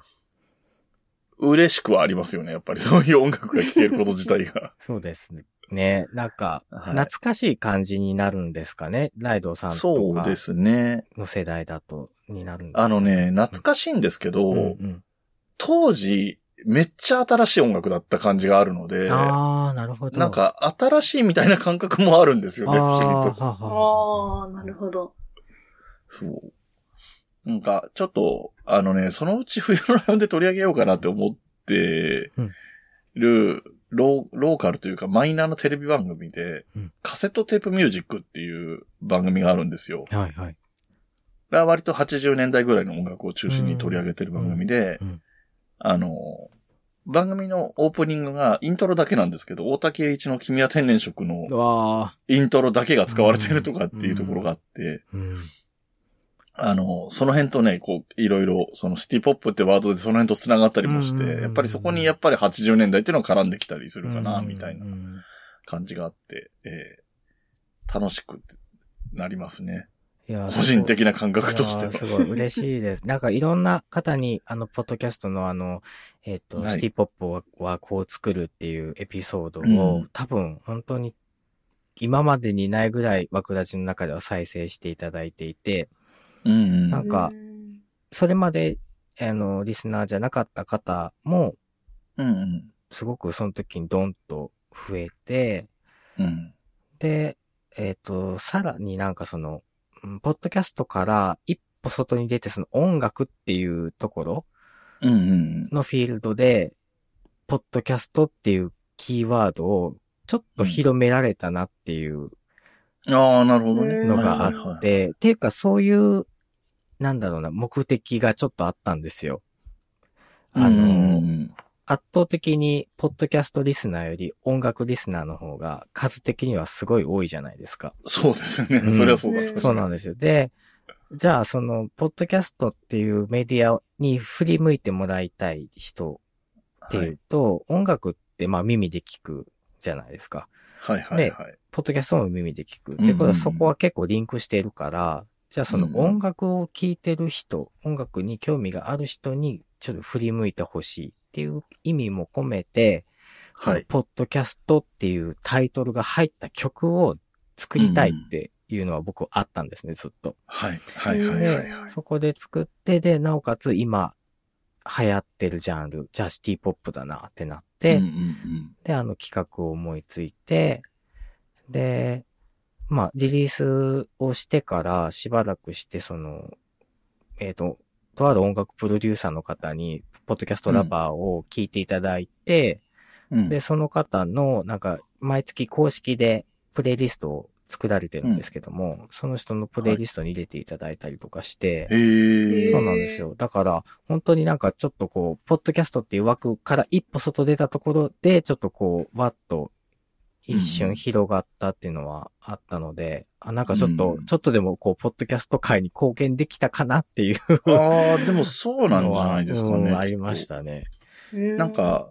嬉しくはありますよね。やっぱりそういう音楽が聴けること自体 [LAUGHS] が。そうですね。ね、なんか、はい懐かしい感じになるんですかね。ライドさんとそうかですね。の世代だと、になるんですかあの、ね、懐かしいんですけど、うんうん当時、めっちゃ新しい音楽だった感じがあるので、なああ、なるほど。ん、か新しいみたいな感覚もあるんですよね、不思議と。あーははああ、なるほど。そう。なんか、ちょっと、あのね、そのうち冬のライオンで取り上げようかなって思ってる、ローローカルというかマイナーのテレビ番組で、うんカセットテープミュージックっていう番組があるんですよ。はいはい。が割と80年代ぐらいの音楽を中心に取り上げてる番組で、うんうんあの、番組のオープニングがイントロだけなんですけど、大竹栄一の君は天然色のうわイントロだけが使われてるとかっていうところがあって、ーうん。あの、その辺とね、こう、いろいろ、そのシティポップってワードでその辺と繋がったりもして、うんやっぱりそこにやっぱり80年代っていうのが絡んできたりするかな、うんみたいなうん感じがあって、えー楽しくなりますね。いやー個人的な感覚としていやーすは。ごい嬉しいです。なんかいろんな方に、あの、ポッドキャストのあの、えっ、と、はいシティポップははこう作るっていうエピソードを、うん多分本当に今までにないぐらい枠立ちの中では再生していただいていて、うんうんなんかうーんそれまで、あの、リスナーじゃなかった方も、うんうんすごくその時にドンと増えて、うん。で、えっ、と、さらになんかその、うんポッドキャストから一歩外に出てその音楽っていうところうんうん。のフィールドで、ポッドキャストっていうキーワードをちょっと広められたなっていうああ、なるほどね。のがあはいはいはっいて、っていうかそういう、なんだろうな、目的がちょっとあったんですよ。あの、うんうんうん圧倒的に、ポッドキャストリスナーより音楽リスナーの方が数的にはすごい多いじゃないですか。そうですね。うんそりゃそうだった。そうなんですよ。で、じゃあその、ポッドキャストっていうメディアに振り向いてもらいたい人ってはいいうと、音楽ってまあ耳で聞くじゃないですか。はいはいはい。ポッドキャストも耳で聞く。うんうんで、これはそこは結構リンクしているから、じゃあそのうん音楽を聴いてる人、音楽に興味がある人にちょっと振り向いてほしいっていう意味も込めて、そはのい。ポッドキャストっていうタイトルが入った曲を作りたいっていうのは僕あったんですね、ずっと。はいはいはいはでい。、そこで作って、で、なおかつ今流行ってるジャンル、じゃあシティポップだなってなって、うんうんで、あの企画を思いついて、で、まあ、リリースをしてからしばらくして、その、えっ、と、とある音楽プロデューサーの方に、ポッドキャストラバーを聞いていただいて、うんで、その方の、なんか、毎月公式でプレイリストを作られてるんですけども、その人のプレイリストに入れていただいたりとかして、へえ。そうなんですよ。だから、本当になんかちょっとこう、ポッドキャストっていう枠から一歩外出たところで、ちょっとこう、わっと一瞬広がったっていうのはあったので、あ、なんかちょっと、うんちょっとでもこう、ポッドキャスト界に貢献できたかなっていうああ、でもそうなんのじゃは、ないですかね。うんありましたね。きっと。なん、か、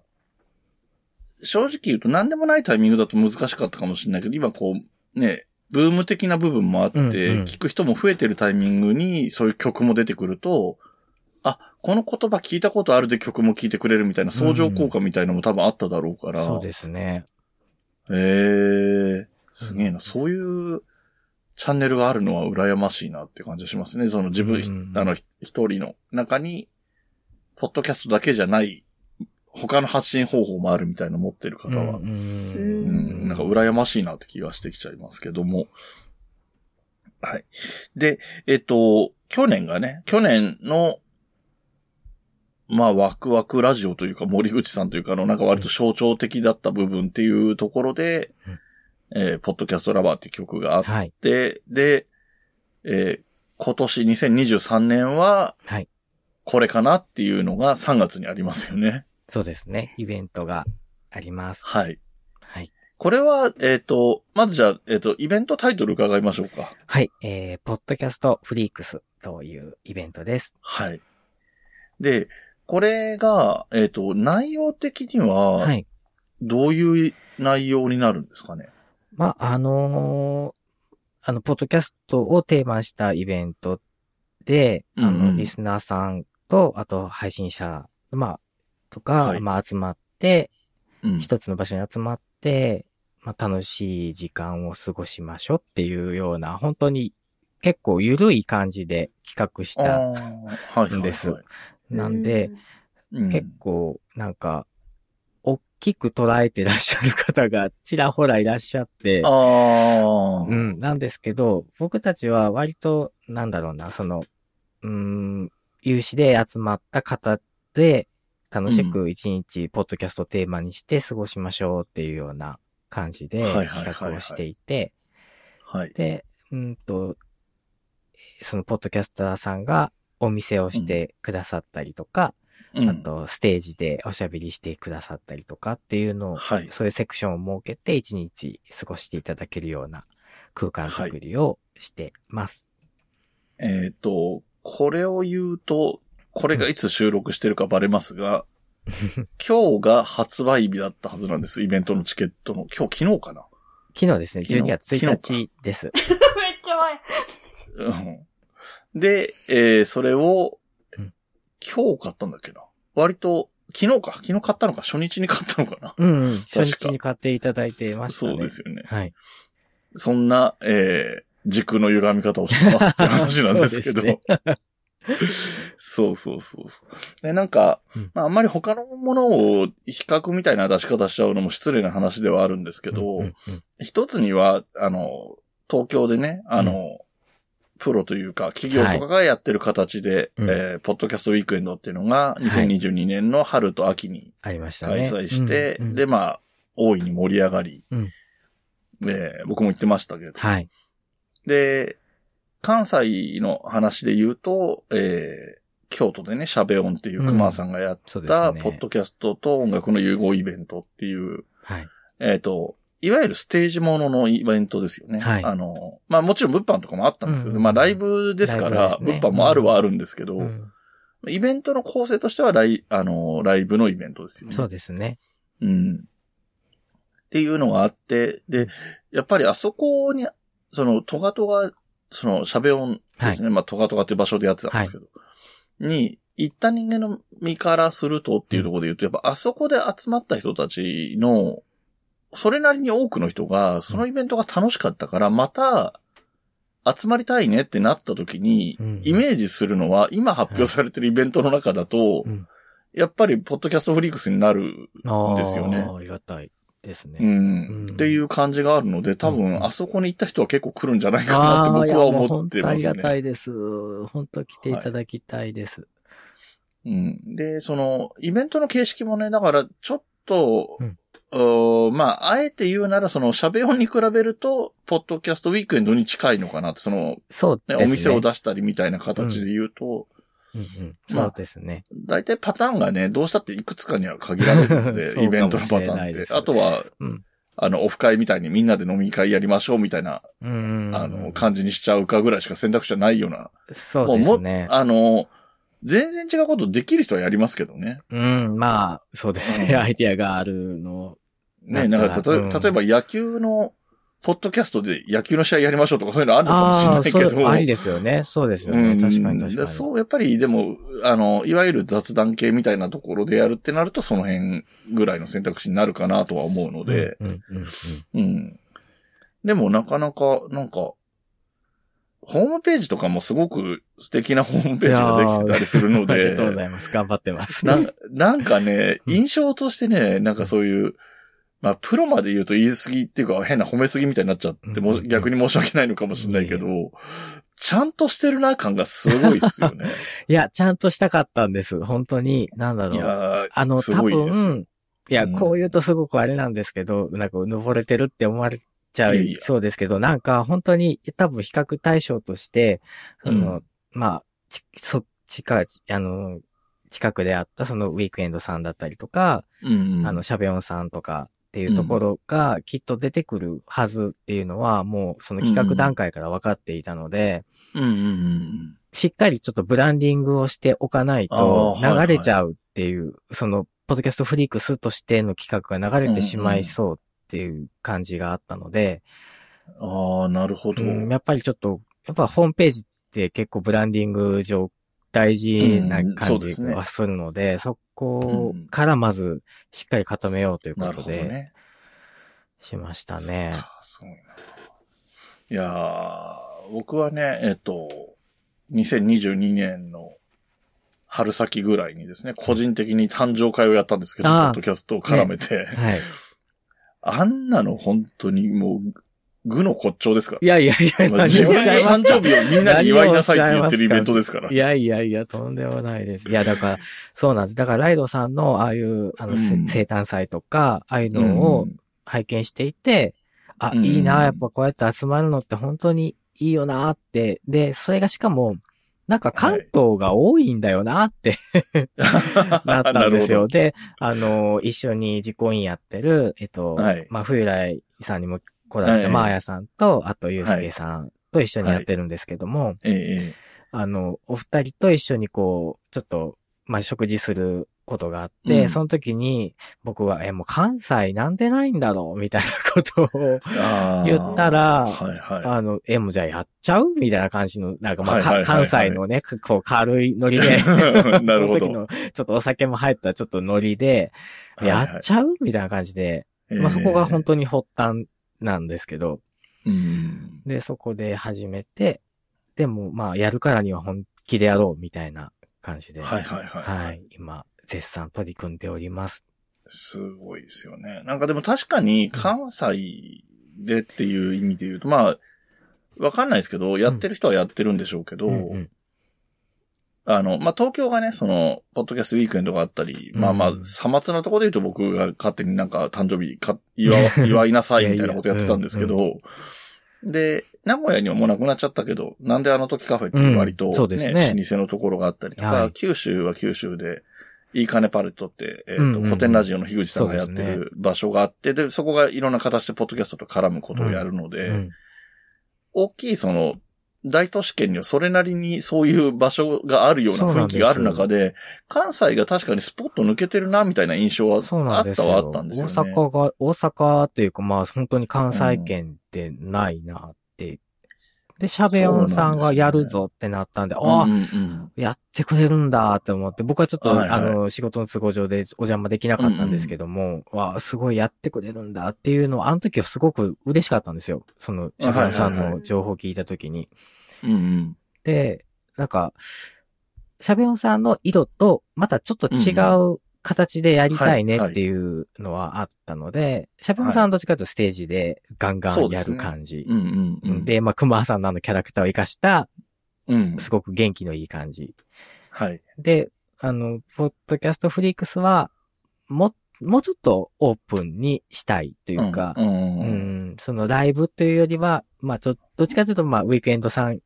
正直言うと何でもないタイミングだと難しかったかもしれないけど、今こう、ね、ブーム的な部分もあって、うんうん聞く人も増えてるタイミングにそういう曲も出てくると、あ、この言葉聞いたことあるで曲も聞いてくれるみたいな相乗効果みたいのも多分あっただろうから。そうですね。ええすげえな。そういうチャンネルがあるのは羨ましいなって感じがしますね。その自分、うんあの、ひ一人の中に、ポッドキャストだけじゃない、他の発信方法もあるみたいなの持ってる方は、ううんんうんなんか羨ましいなって気がしてきちゃいますけども。はい。で、えっと、去年がね、去年の、まあ、ワクワクラジオというか、森口さんというか、あの、なんか割と象徴的だった部分っていうところで、えーポッドキャストラバーって曲があっはい。て、で、えー今年2023年は、はいこれかなっていうのが3月にありますよね。そうですね。イベントがあります。はい。はい。これは、えっ、と、まずじゃあ、えっ、と、イベントタイトル伺いましょうか。はい。えー、ポッドキャストフリークスというイベントです。はい。で、これが、えっ、と、内容的にはは、い。どういう内容になるんですかね。まあ、あのーあの、ポッドキャストをテーマしたイベントで、あの、うんうんリスナーさんと、あと配信者、まあ、とか、はいまあ集まって、うん一つの場所に集まって、まあ楽しい時間を過ごしましょうっていうような、本当に結構ゆるい感じで企画しあた、ーはいはいはい。ですなんで、うん結構、なんか、大きく捉えてらっしゃる方がちらほらいらっしゃって、ああ。うん、なんですけど、僕たちは割と、なんだろうな、その、うーん、有志で集まった方で、楽しく一日、ポッドキャストをテーマにして過ごしましょうっていうような感じではいはいはいはい企画をしていて、はい。で、うんと、そのポッドキャスターさんがお店をしてくださったりとか、うんあと、ステージでおしゃべりしてくださったりとかっていうのを、はいそういうセクションを設けて一日過ごしていただけるような空間作りをしてます。えっ、と、これを言うと、これがいつ収録してるかバレますが、今日が発売日だったはずなんです。イベントのチケットの。今日、昨日かな昨日ですね、昨日12月1日です。めっちゃ前。うん。で、えーそれをうん、今日買ったんだっけな。割と、昨日か。昨日買ったのか。初日に買ったのかうん、うん、初か日に買っていただいてまな。したね。そうですよね。はい。そんな、えー軸の歪み方をしてますって話なんですけ [LAUGHS] そど。うです [LAUGHS] そうそうそうそう。で、なんかうん、まあ、あんまり他のものを比較みたいな出し方しちゃうのも失礼な話ではあるんですけど、うんうんうん一つには、あの、東京でね、あの、プロというか、企業とかがやってる形で、うんえーポッドキャストウィークエンドっていうのが、い2022年の春と秋にありました開ね。催して、うんうんで、まあ、大いに盛り上がり、うんえー僕も行ってましたけど、はい。で、関西の話で言うと、えー京都でね、シャベオンっていう熊さんがやっそうですた、ね。ポッドキャストと音楽の融合イベントっていう、はい。えっ、と、いわゆるステージもののイベントですよね。はいあの、まあもちろん物販とかもあったんですけど、うんまあライブですかライら、ブですね物販もあるはあるんですけど、うんイベントの構成としてはライ、あの、ライブのイベントですよね。そうですね。うん。っていうのがあって、で、やっぱりあそこに、その、トガトガ、その、シャベオンですね。まあ、トガトガっていう場所でやってたんですけど、に、行った人間の身からするとっていうところで言うと、やっぱあそこで集まった人たちの、それなりに多くの人が、そのイベントが楽しかったから、また、集まりたいねってなった時にうん、イメージするのは、今発表されてるイベントの中だとうん、やっぱり、ポッドキャストフリークスになるああ、ですよねありがたいですうね。ん。っていう感じがあるので、多うん分、あそこに行った人は結構来るんじゃないかなっああてー、僕いやはもう思っ本て当あまりすがたね。いです。本当来ていただきたいです。うん。で、その、イベントの形式もね、だから、ちょっとうん、おーまあ、あえて言うなら、その、喋音に比べると、ポッドキャストウィークエンドに近いのかなって、その、そうでね、すね。お店を出したりみたいな形で言うと、うんうん、まあそうですね。大体パターンがね、どうしたっていくつかには限られるの [LAUGHS] そうかもしれないですで、イベントのパターンって。あとは、うんあの、オフ会みたいにみんなで飲み会やりましょうみたいなうん。あの、感じにしちゃうかぐらいしか選択肢はないような。そうですね。あの、全然違うことできる人はやりますけどね。うん、まあ、そうですね。うんアイディアがあるの。ね、だなったらんか、例えうんば、例えば野球の、ポッドキャストで野球の試合やりましょうとかそういうのあるのかもしれあなあ、いけそど。う、ありですよね。そうですようね。ん確かに確かでに。そう、やっぱり、でも、あの、いわゆる雑談系みたいなところでやるってなると、その辺ぐらいの選択肢になるかなとは思うので。うんうんうんうんうん。でもなかなか、なんか、ホームページとかもすごく素敵なホームページができてたりするのありでが、とうございます。頑張ってます。ななんかね、印象としてね、なんかそういう、まあ、プロまで言うと言い過ぎっていうか変な褒め過ぎみたいになっちゃって、もううん逆に申し訳ないのかもしれないけど、ちゃんとしてるな感がすごいっすよ [LAUGHS] ね。いや、ちゃんとしたかったんです。本当に、なんだいろう。やーあの、す多ごいです分、いや、うんこう言うとすごくあれなんですけど、なんか、登れてるって思われちゃいうやいやそうですけど、なんか、本当に、多分、比較対象として、そうの、んまあ、ち、そ、近い、あの、近くであった、その、ウィークエンドさんだったりとか、うん。あの、シャベオンさんとかっていうところがきっと出てくるはずっていうのは、もうその企画段階から分かっていたので、うんうんうんしっかりちょっとブランディングをしておかないとあーはいは流いれちゃうっていう、その、ポッドキャストフリークスとしての企画が流れてしまいそうっていう感じがあったので、うん。ああ、なるほど。うんやっぱりちょっと、やっぱホームページって結構ブランディング上大事なうんそ感うでじすねはするので、そこからまずしっかり固めようというなこるとほどで、ね。しましたね。そっかすごいな。いやー、僕はね、えっと、2022年の春先ぐらいにですね、個人的に誕生会をやったんですけど、ポあッードキャストを絡めて、はい。 [LAUGHS] あんなの本当にもう、愚の骨頂 [LAUGHS] ですからいやいやいや、まあ自分の誕生日をみんなで祝いなさいって言ってるイベントです [LAUGHS] からい。やいやいや、とんでもないです。いや、だから、そうなんです。だから、ライドさんの、ああいう、あの、せうん生誕祭とか、ああいううんのを拝見していて、あ、うんいいな、やっぱこうやって集まるのって本当にいいよなって。で、それがしかも、なんか関東が多いんだよな [LAUGHS] って、なったんですよ。。で、あの、一緒に実行委員やってる、えっと、はいまあ、冬来さんにも来られはた、いまあやさんと、あと、ゆうすけさんと一緒にやってるんですけども、ええあの、お二人と一緒にこう、ちょっと、まあ、食事することがあって、うんその時に、僕は、え、もう関西なんでないんだろうみたいなことを、あー言ったらはいはあの、え、もうじゃあやっちゃうみたいな感じの、なんかまあ、はいはいはかいは関い西のね、こう、軽いノリで、い。 [LAUGHS] なるほその時ど。の、ちょっとお酒も入ったちょっとノリで、やっちゃうみたいな感じで、まあ、そこが本当に発端なんですけど、当うん。で、そこで始めて、でも、まあ、やるからには本気でやろう、みたいな感じで。はいはいはい。はい。今、絶賛取り組んでおります。すごいですよね。なんかでも確かに関西でっていう意味で言うと、まあ、わかんないですけど、やってる人はやってるんでしょうけど、うんうんあの、まあ、東京がね、その、ポッドキャストウィークエンドがあったり、まあまあう、んさまつなところで言うと僕が勝手になんか誕生日か祝 [LAUGHS] わ祝いなさいみたいなことやってたんですけど、で、名古屋にはもうなくなっちゃったけど、なんであの時カフェっていう割と、うねんそうですね老舗のところがあったりとか、はい九州は九州で、いい金パレットって、えっ、うんうと、んうん古典ラジオの樋口さんがやってそうですねる場所があって、で、そこがいろんな形でポッドキャストと絡むことをやるので、うん大きいその、大都市圏にはそれなりにそういう場所があるような雰囲気がある中で、関西が確かにスポット抜けてるなみたいな印象はあっそうなんですたよ。はあったんですよね。大阪が、大阪というか、まあ、本当に関西圏ってないなって。で、シャベオンさんがやるぞってなったんで、ああ、うんうんやってくれるんだって思って、僕はちょっと、はいはいあの、仕事の都合上でお邪魔できなかったんですけども、わあ、すごいやってくれるんだっていうのを、あの時はすごく嬉しかったんですよ。その、シャベオンさんの情報を聞いた時に。うんうんで、なんか、シャベオンさんの色と、またちょっと違うう形でやりたいねっていうのはあったので、シャベオンさんはどっちかというとステージでガンガンやる感じ。うんうんううんんで、まあ、熊さんのあのキャラクターを活かした、うん。すごく元気のいい感じ。はい。で、あの、ポッドキャストフリークスは、も、もうちょっとオープンにしたいというか、うんうんううんん、そのライブというよりは、まあ、ちょ、どっちかというと、まあ、ウィークエンドさん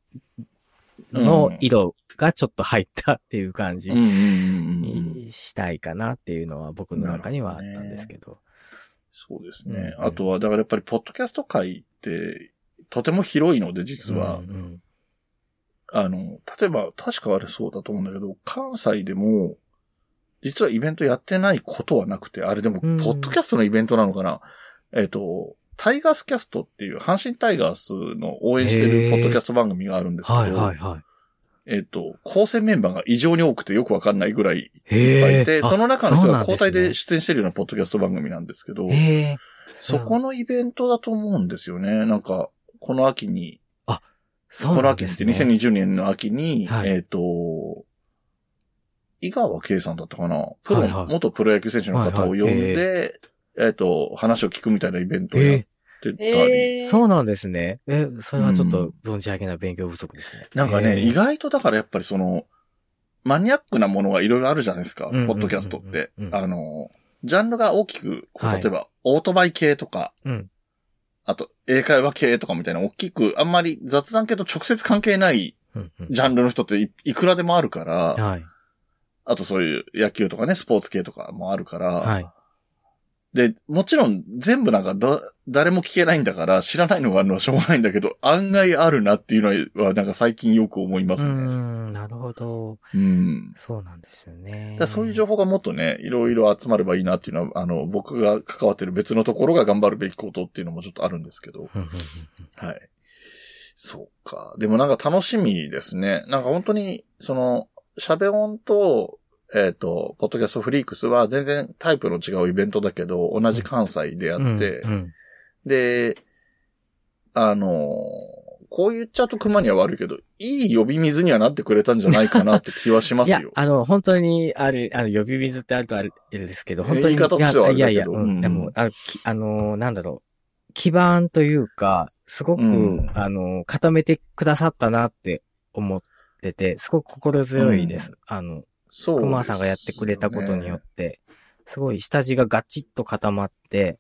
の色がちょっと入ったっていう感じうんうんうんうんにしたいかなっていうのは僕の中にはあったんですけど。そうですうんね。うんあとは、だからやっぱり、ポッドキャスト界って、とても広いので、実は、うんうんあの、例えば、確かあれそうだと思うんだけど、関西でも、実はイベントやってないことはなくて、あれでも、ポうんッドキャストのイベントなのかな、えっ、と、タイガースキャストっていう、阪神タイガースの応援してへるーポッドキャスト番組があるんですけど、はいはいはい。えっ、と、構成メンバーが異常に多くてよくわかんないぐらいいっぱいへいて、ーその中の人があそう交なん代ですねで出演してるようなポッドキャスト番組なんですけど、へーそこのイベントだと思うんですよね。なんか、この秋に、そうこのなん秋でっすてね。 2020年の秋に、はいえっ、と、井川圭さんだったかなプロ、はいはい元プロ野球選手の方を呼んで、はいはいえっ、と、話を聞くみたいなイベントをやっえてたえり、ー、そうなんですね。え、それはちょっと存じ上げない勉強不足ですね。なんかね、えー意外とだからやっぱりその、マニアックなものがいろいろあるじゃないですか、うんうんうんうんポッドキャストって。うんあの、ジャンルが大きく、こうはい例えば、オートバイ系とか、うんあと、英会話系とかみたいな大きく、あんまり雑談系と直接関係ないうんうんジャンルの人っていいくらでもあるから、はい。あとそういう野球とかね、スポーツ系とかもあるから、はい。で、もちろん全部なんかだ、誰も聞けないんだから、知らないのがあるのはしょうがないんだけど、案外あるなっていうのは、なんか最近よく思いまうすね。ん、なるほど。うん。そうなんですよだねか。らそういう情報がもっとね、いろいろ集まればいいなっていうのは、あの、僕が関わってる別のところが頑張るべきことっていうのもちょっとあるんですけど、うんうんうんはい。そうか。でもなんか楽しみですね。なんか本当に、その、喋音と、えっ、と、ポッドキャストフリークスは全然タイプの違うイベントだけど、同じ関西でやって、うんで、あのーこう言っちゃうと熊には悪いけど、いい呼び水にはなってくれたんじゃないかなって気はしまいすやよ、。あの、本当に、ある、あの、呼び水ってあるとあるですけど、本当言に。い方としてはあれだけどいやいやいや、ううんん、でも、あの、きあのなんだろう。基盤というか、すごく、うんあの、固めてくださったなって思ってて、すごく心強いです。うあの、そうですね、熊さんがやってくれたことによって、すごい下地がガチッと固まって、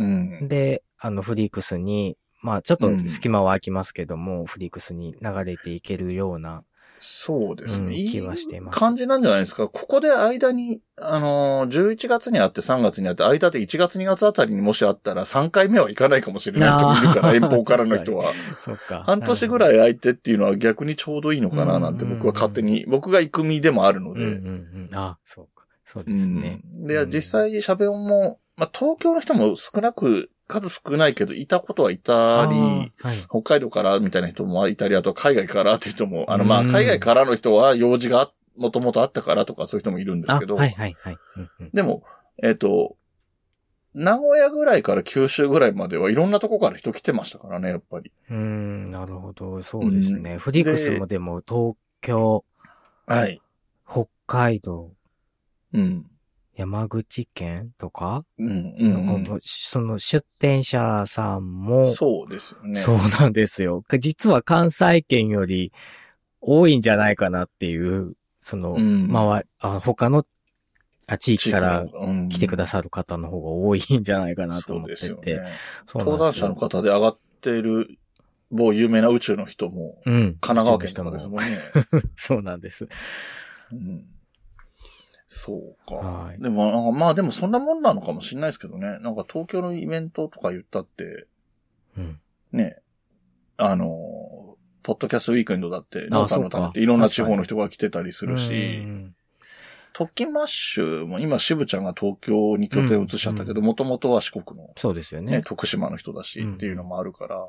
うん。で、あの、フリークスに、まあ、ちょっと隙間は空きますけども、フリークスに流れていけるような、そうですね。うんいい気はしています感じなんじゃないですか。ここで間に、あのー、11月にあって3月にあって、間で1月2月あたりにもしあったら3回目はいかないかもしれない人もいるから、 [LAUGHS] あー遠方からの人は。そっか。半年ぐらい空いてっていうのは逆にちょうどいいのかななんて僕は勝手に、僕が行く身でもあるのうんうんで。うん。あ、そうか。そうですね。うんで、うん実際喋音も、まあ、東京の人も少なく、数少ないけど、いたことはいたり、ーはい。北海道からみたいな人もいたり、あとは海外からっていう人も、あの、まあ、うん海外からの人は用事がもともとあったからとかそういう人もいるんですあ、けど、はいはいはい。うんうんでも、えっ、と、名古屋ぐらいから九州ぐらいまではいろんなとこから人来てましたからね、やっぱり。うーん、なるほど。そうですね。フリークスもでも東京、はい。北海道、うん。山口県とか、うん、うんなうんんかもうその出店者さんも、そうですよね。そうなんですよ。実は関西圏より多いんじゃないかなっていう、その、うんまわあ他のあ地域から来てくだささる方の方が多いんじゃないかなと思ってて。そうですよね。そう登な壇んですよ者の方で上がってる某有名な宇宙の人も、うん。神奈川県とかです人もんね。もそうなんです。うんそうか。はい。でもなんか、まあでもそんなもんなのかもしれないですけどね。なんか東京のイベントとか言ったって、うん。ね、あの、ポッドキャストウィークエンドだって、あ農家のためっそうかていろんな地方の人が来てたりするしう、んトキマッシュも今渋ちゃんが東京に拠点を移しちゃったけど、もともとは四国のそうですよね、ね。徳島の人だしっていうのもあるから、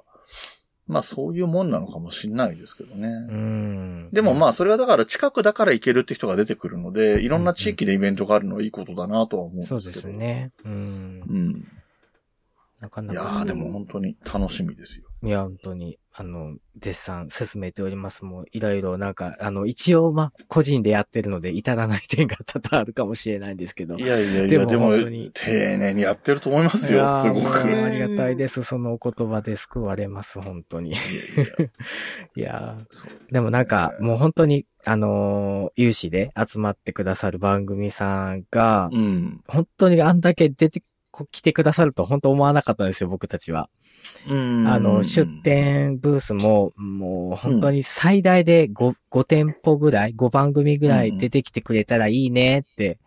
まあそういうもんなのかもしんないですけどね。うん。でもまあ、あそれはだから近くだから行けるって人が出てくるので、いろんな地域でイベントがあるのはいいことだなとは思うんですけそど。うです。ね。うん。うん。なかいなやかー。でも本当に楽しみですよ。いや、本当に、あの、絶賛進めております。もう、いろいろ、なんか、あの、一応、まあ、個人でやってるので、至らない点が多々あるかもしれないんですけど。いやいやいでや、もでも本当に丁寧にやってると思いますよ、いやーすごく。いもうやありがたいです。そのお言葉で救われます、本当に。いやいやーそうですねでもなんか、もう本当に、あのー有志で集まってくださる番組さん [LAUGHS] が、うん。本当にあんだけ出て、こ来てくださると本当思わなかったんですよ、僕たちは。うん。あの、出店ブースも、もう本当に最大で 5, 5店舗ぐらい、5番組ぐらい出てきてくれたらいいねって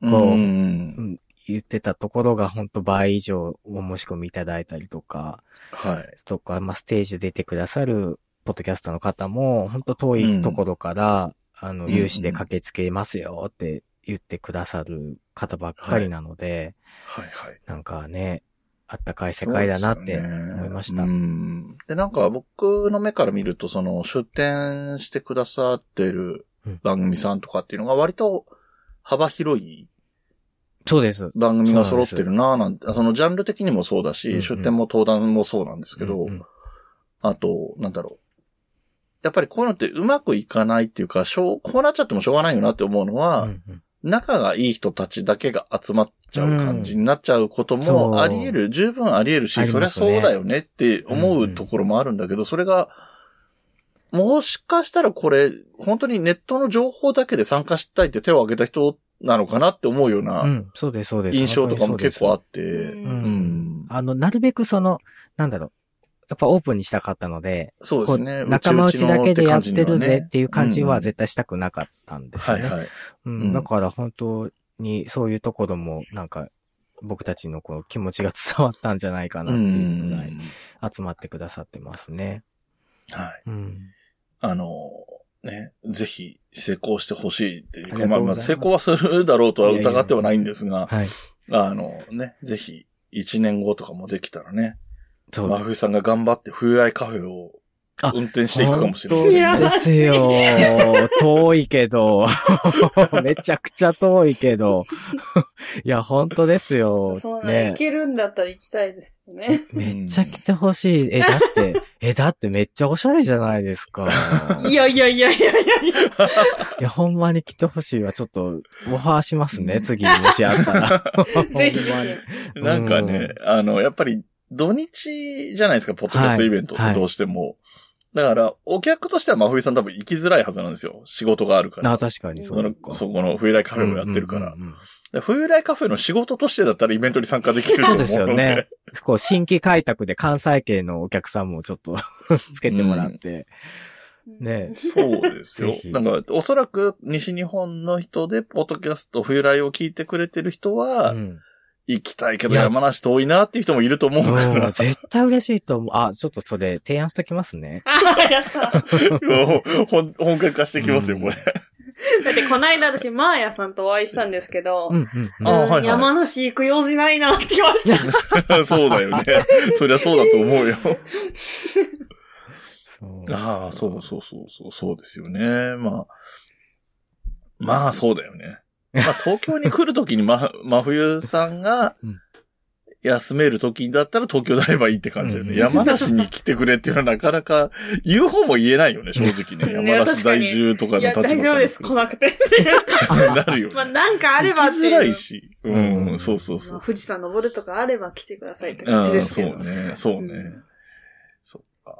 うん、こううん言ってたところが本当倍以上お申し込みいただいたりとか、はい。とか、まあ、ステージ出てくださるポッドキャスターの方も、本当遠いところから、あうの、んうん有志で駆けつけますよって言ってくださる方ばっかりなので、はいはい。なんかね、あったかい世界だなってそうですよね思いました。うん。で、なんか僕の目から見ると、その出展してくださってる番組さんとかっていうのが割と幅広いそうです。番組が揃ってるなぁなんて、そのジャンル的にもそうだし、うんうん出展も登壇もそうなんですけど、うんうんあと、なんだろう。やっぱりこういうのってうまくいかないっていうか、しょう、こうなっちゃってもしょうがないよなって思うのは、うんうん仲がいい人たちだけが集まっちゃう感じになっちゃうことそうもあり得る、十分あり得るあし、りそりまゃすそねうだよねって思んううんところもあるんだけど、それが、もしかしたらこれ、本当にネットの情報だけで参加したいって手を挙げた人なのかなって思うようう、なんそうです、そうです。印象とかも結構あっって、う。うんん。あの、なるべくその、なんだろう。やっぱオープンにしたかったので、そうでこすうね。仲間内だけでやってるぜっていう感じうはん絶対したくなかったんですよはね。いはい。うんうんだから本当にそういうところもなんか僕たちのこう気持ちが伝わったんじゃないかなうっていうんぐらい集まってくださってますね。はい。うん。あの、ね、ぜひ成功してほしいっていうありか、がまとあうまございまあす成功はするだろうとはいやいや疑ってはないんですが、はい。あのね、ぜひ1年後とかもできたらね、そ真う。冬さんが頑張って冬来カフェをあ運転していくかもしれないいです。や本当ですよ。 [LAUGHS] 遠いけど。 [LAUGHS] めちゃくちゃ遠いけど。 [LAUGHS] いや、本当ですよそう。なん、ね行。けるんだったら行きたいですよね。めっちゃ来てほしい。え、だって、 [LAUGHS] え、だってめっちゃおしゃれじゃないですか。いやいやいや [LAUGHS] いやいやいや。いや、ほんまに来てほしいわ。ちょっと、オファーしますね。次、もしあったら。ぜひほんまに。うん [LAUGHS] なんかね、あの、やっぱり土日じゃないですか、ポッドキャストイベントってどうしても。だから、お客としては真冬さん多分行きづらいはずなんですよ。仕事があるから。あ、確かにそそうのか。そこの冬来カフェもやってるから。うんうんうんうんで冬来カフェの仕事としてだったらイベントに参加できると思そううので。ですよね。こう、新規開拓で関西系のお客さんもちょっと [LAUGHS] つけてもらって。ね [LAUGHS] そうですよぜ。ひなんか、おそらく西日本の人で、ポッドキャスト冬来を聞いてくれてる人は、うん行きたいけどいや山梨遠いなっていう人もいると思うかうんら。絶対嬉しいと思う。あ、ちょっとそれ提案しときますね。ああ、やった。だ [LAUGHS] ほん本格化してきますよ、うんこれ。ってこないだ私、マーヤさんとお会いしたんですけど、うんうんあはいはい山梨行く用事ないなって言われて。 [LAUGHS] そうだよね。そりゃそうだと思うよ。そう。ああ、そうそうそうそう、そうですよね。まあ。まあ、そうだよね。まあ、東京に来るときに、ま、 [LAUGHS] 真冬さんがうん、休めるときだったら東京であればいいって感じだよね。うん山梨に来てくれっていうのはなかなか、言う方も言えないよね、正直ね。ね山梨在住とかいのや、立場から大丈夫です、来なく [LAUGHS] て。っていうなるよね。まあ、なんかあれば行ってきいづう。らいし。う、うんんそうそうそまうあ。富士山登るとかあれば来てくださいってう感じでんすけど。そうね、そうね。うんそっか。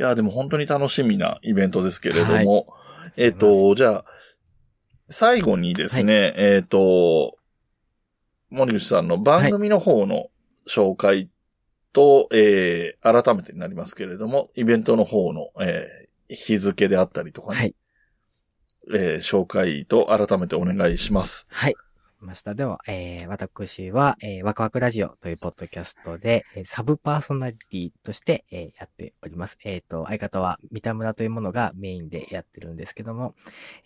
いや、でも本当に楽しみなイベントですけれども、えっ、ありがとうと、じゃあ、最後にですね、えっ、と、森口さんの番組の方の紹介と、えー改めてになりますけれども、イベントの方の、えー日付であったりとかね、はい。えー紹介と改めてお願いします。はい。ました。では、えー、私は、えー、ワクワクラジオというポッドキャストで、えーサブパーソナリティとして、えーやっております。えっ、と、相方は三田村というものがメインでやってるんですけども、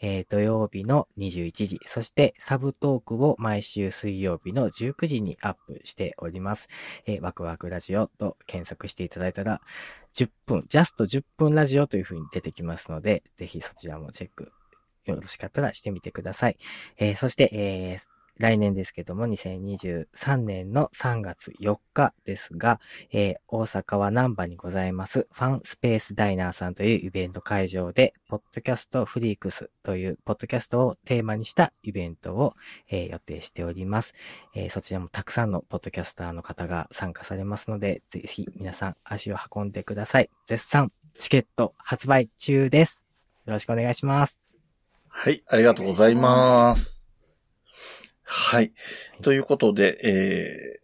えー、土曜日の21時、そしてサブトークを毎週水曜日の19時にアップしております。えー、ワクワクラジオと検索していただいたら、10分、ジャスト10分ラジオという風に出てきますので、ぜひそちらもチェック、よろしかったらしてみてください。えーそして、えー来年ですけども、2023年の3月4日ですが、えー大阪は南波にございます、ファンスペースダイナーさんというイベント会場で、ポッドキャストフリークスという、ポッドキャストをテーマにしたイベントを、えー予定しております、えーそちらもたくさんのポッドキャスターの方が参加されますので、ぜひ皆さん足を運んでください。絶賛、チケット発売中です。よろしくお願いします。はい、ありがとうございます。はい。ということで、え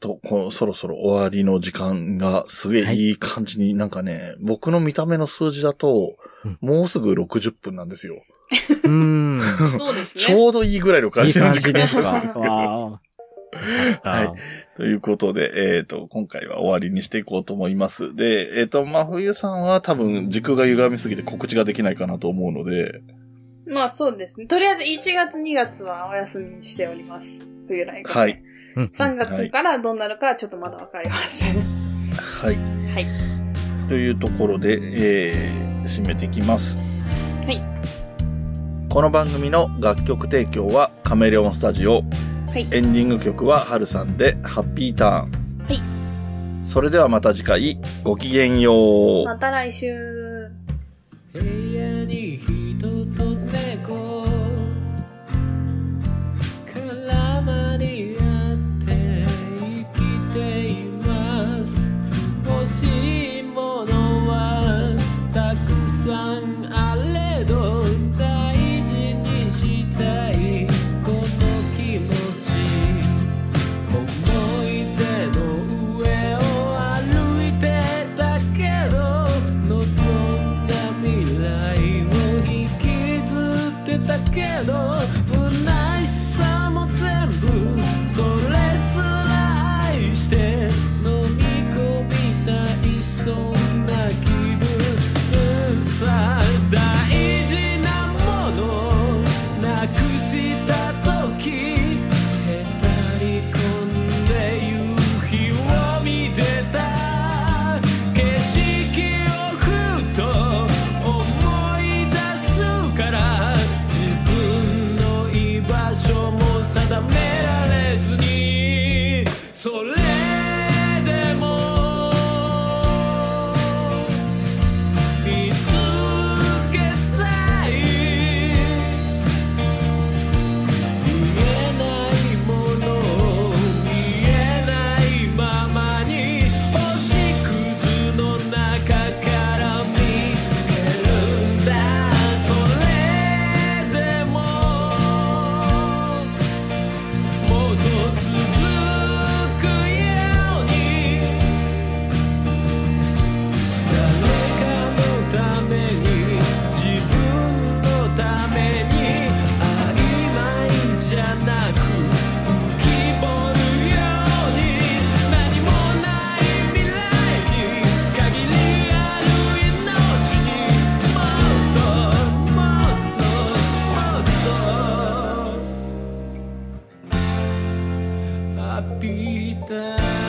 ー、と、このそろそろ終わりの時間がすげえはいいい感じに、なんかね、僕の見た目の数字だと、うんもうすぐ60分なんですよ。うーん。そうですちね。ょうどいいぐらいの感いいじの感時じ間ですか。 [LAUGHS] はわ [LAUGHS] いあ。ということで、えっ、と、今回は終わりにしていこうと思います。で、えっ、と、真冬さんは多分時空が歪みすぎて告知ができないかなと思うので、まあそうですね。とりあえず1月2月はお休みにしております。冬来が。はい。うん3月からどうなるかはちょっとまだわかりません。はい。はい。というところで、えー締めていきます。はい。この番組の楽曲提供はカメレオンスタジオ。いエンディング曲はハルさんでハッピーターン。はい。それではまた次回、ごきげ [LAUGHS] んよう。また来週。部屋に人と猫絡まり合って生きています欲しいものはたくさんあれど大事にしたいこの気持ち思い出の上を歩いてたけど望んだ未来 habitar.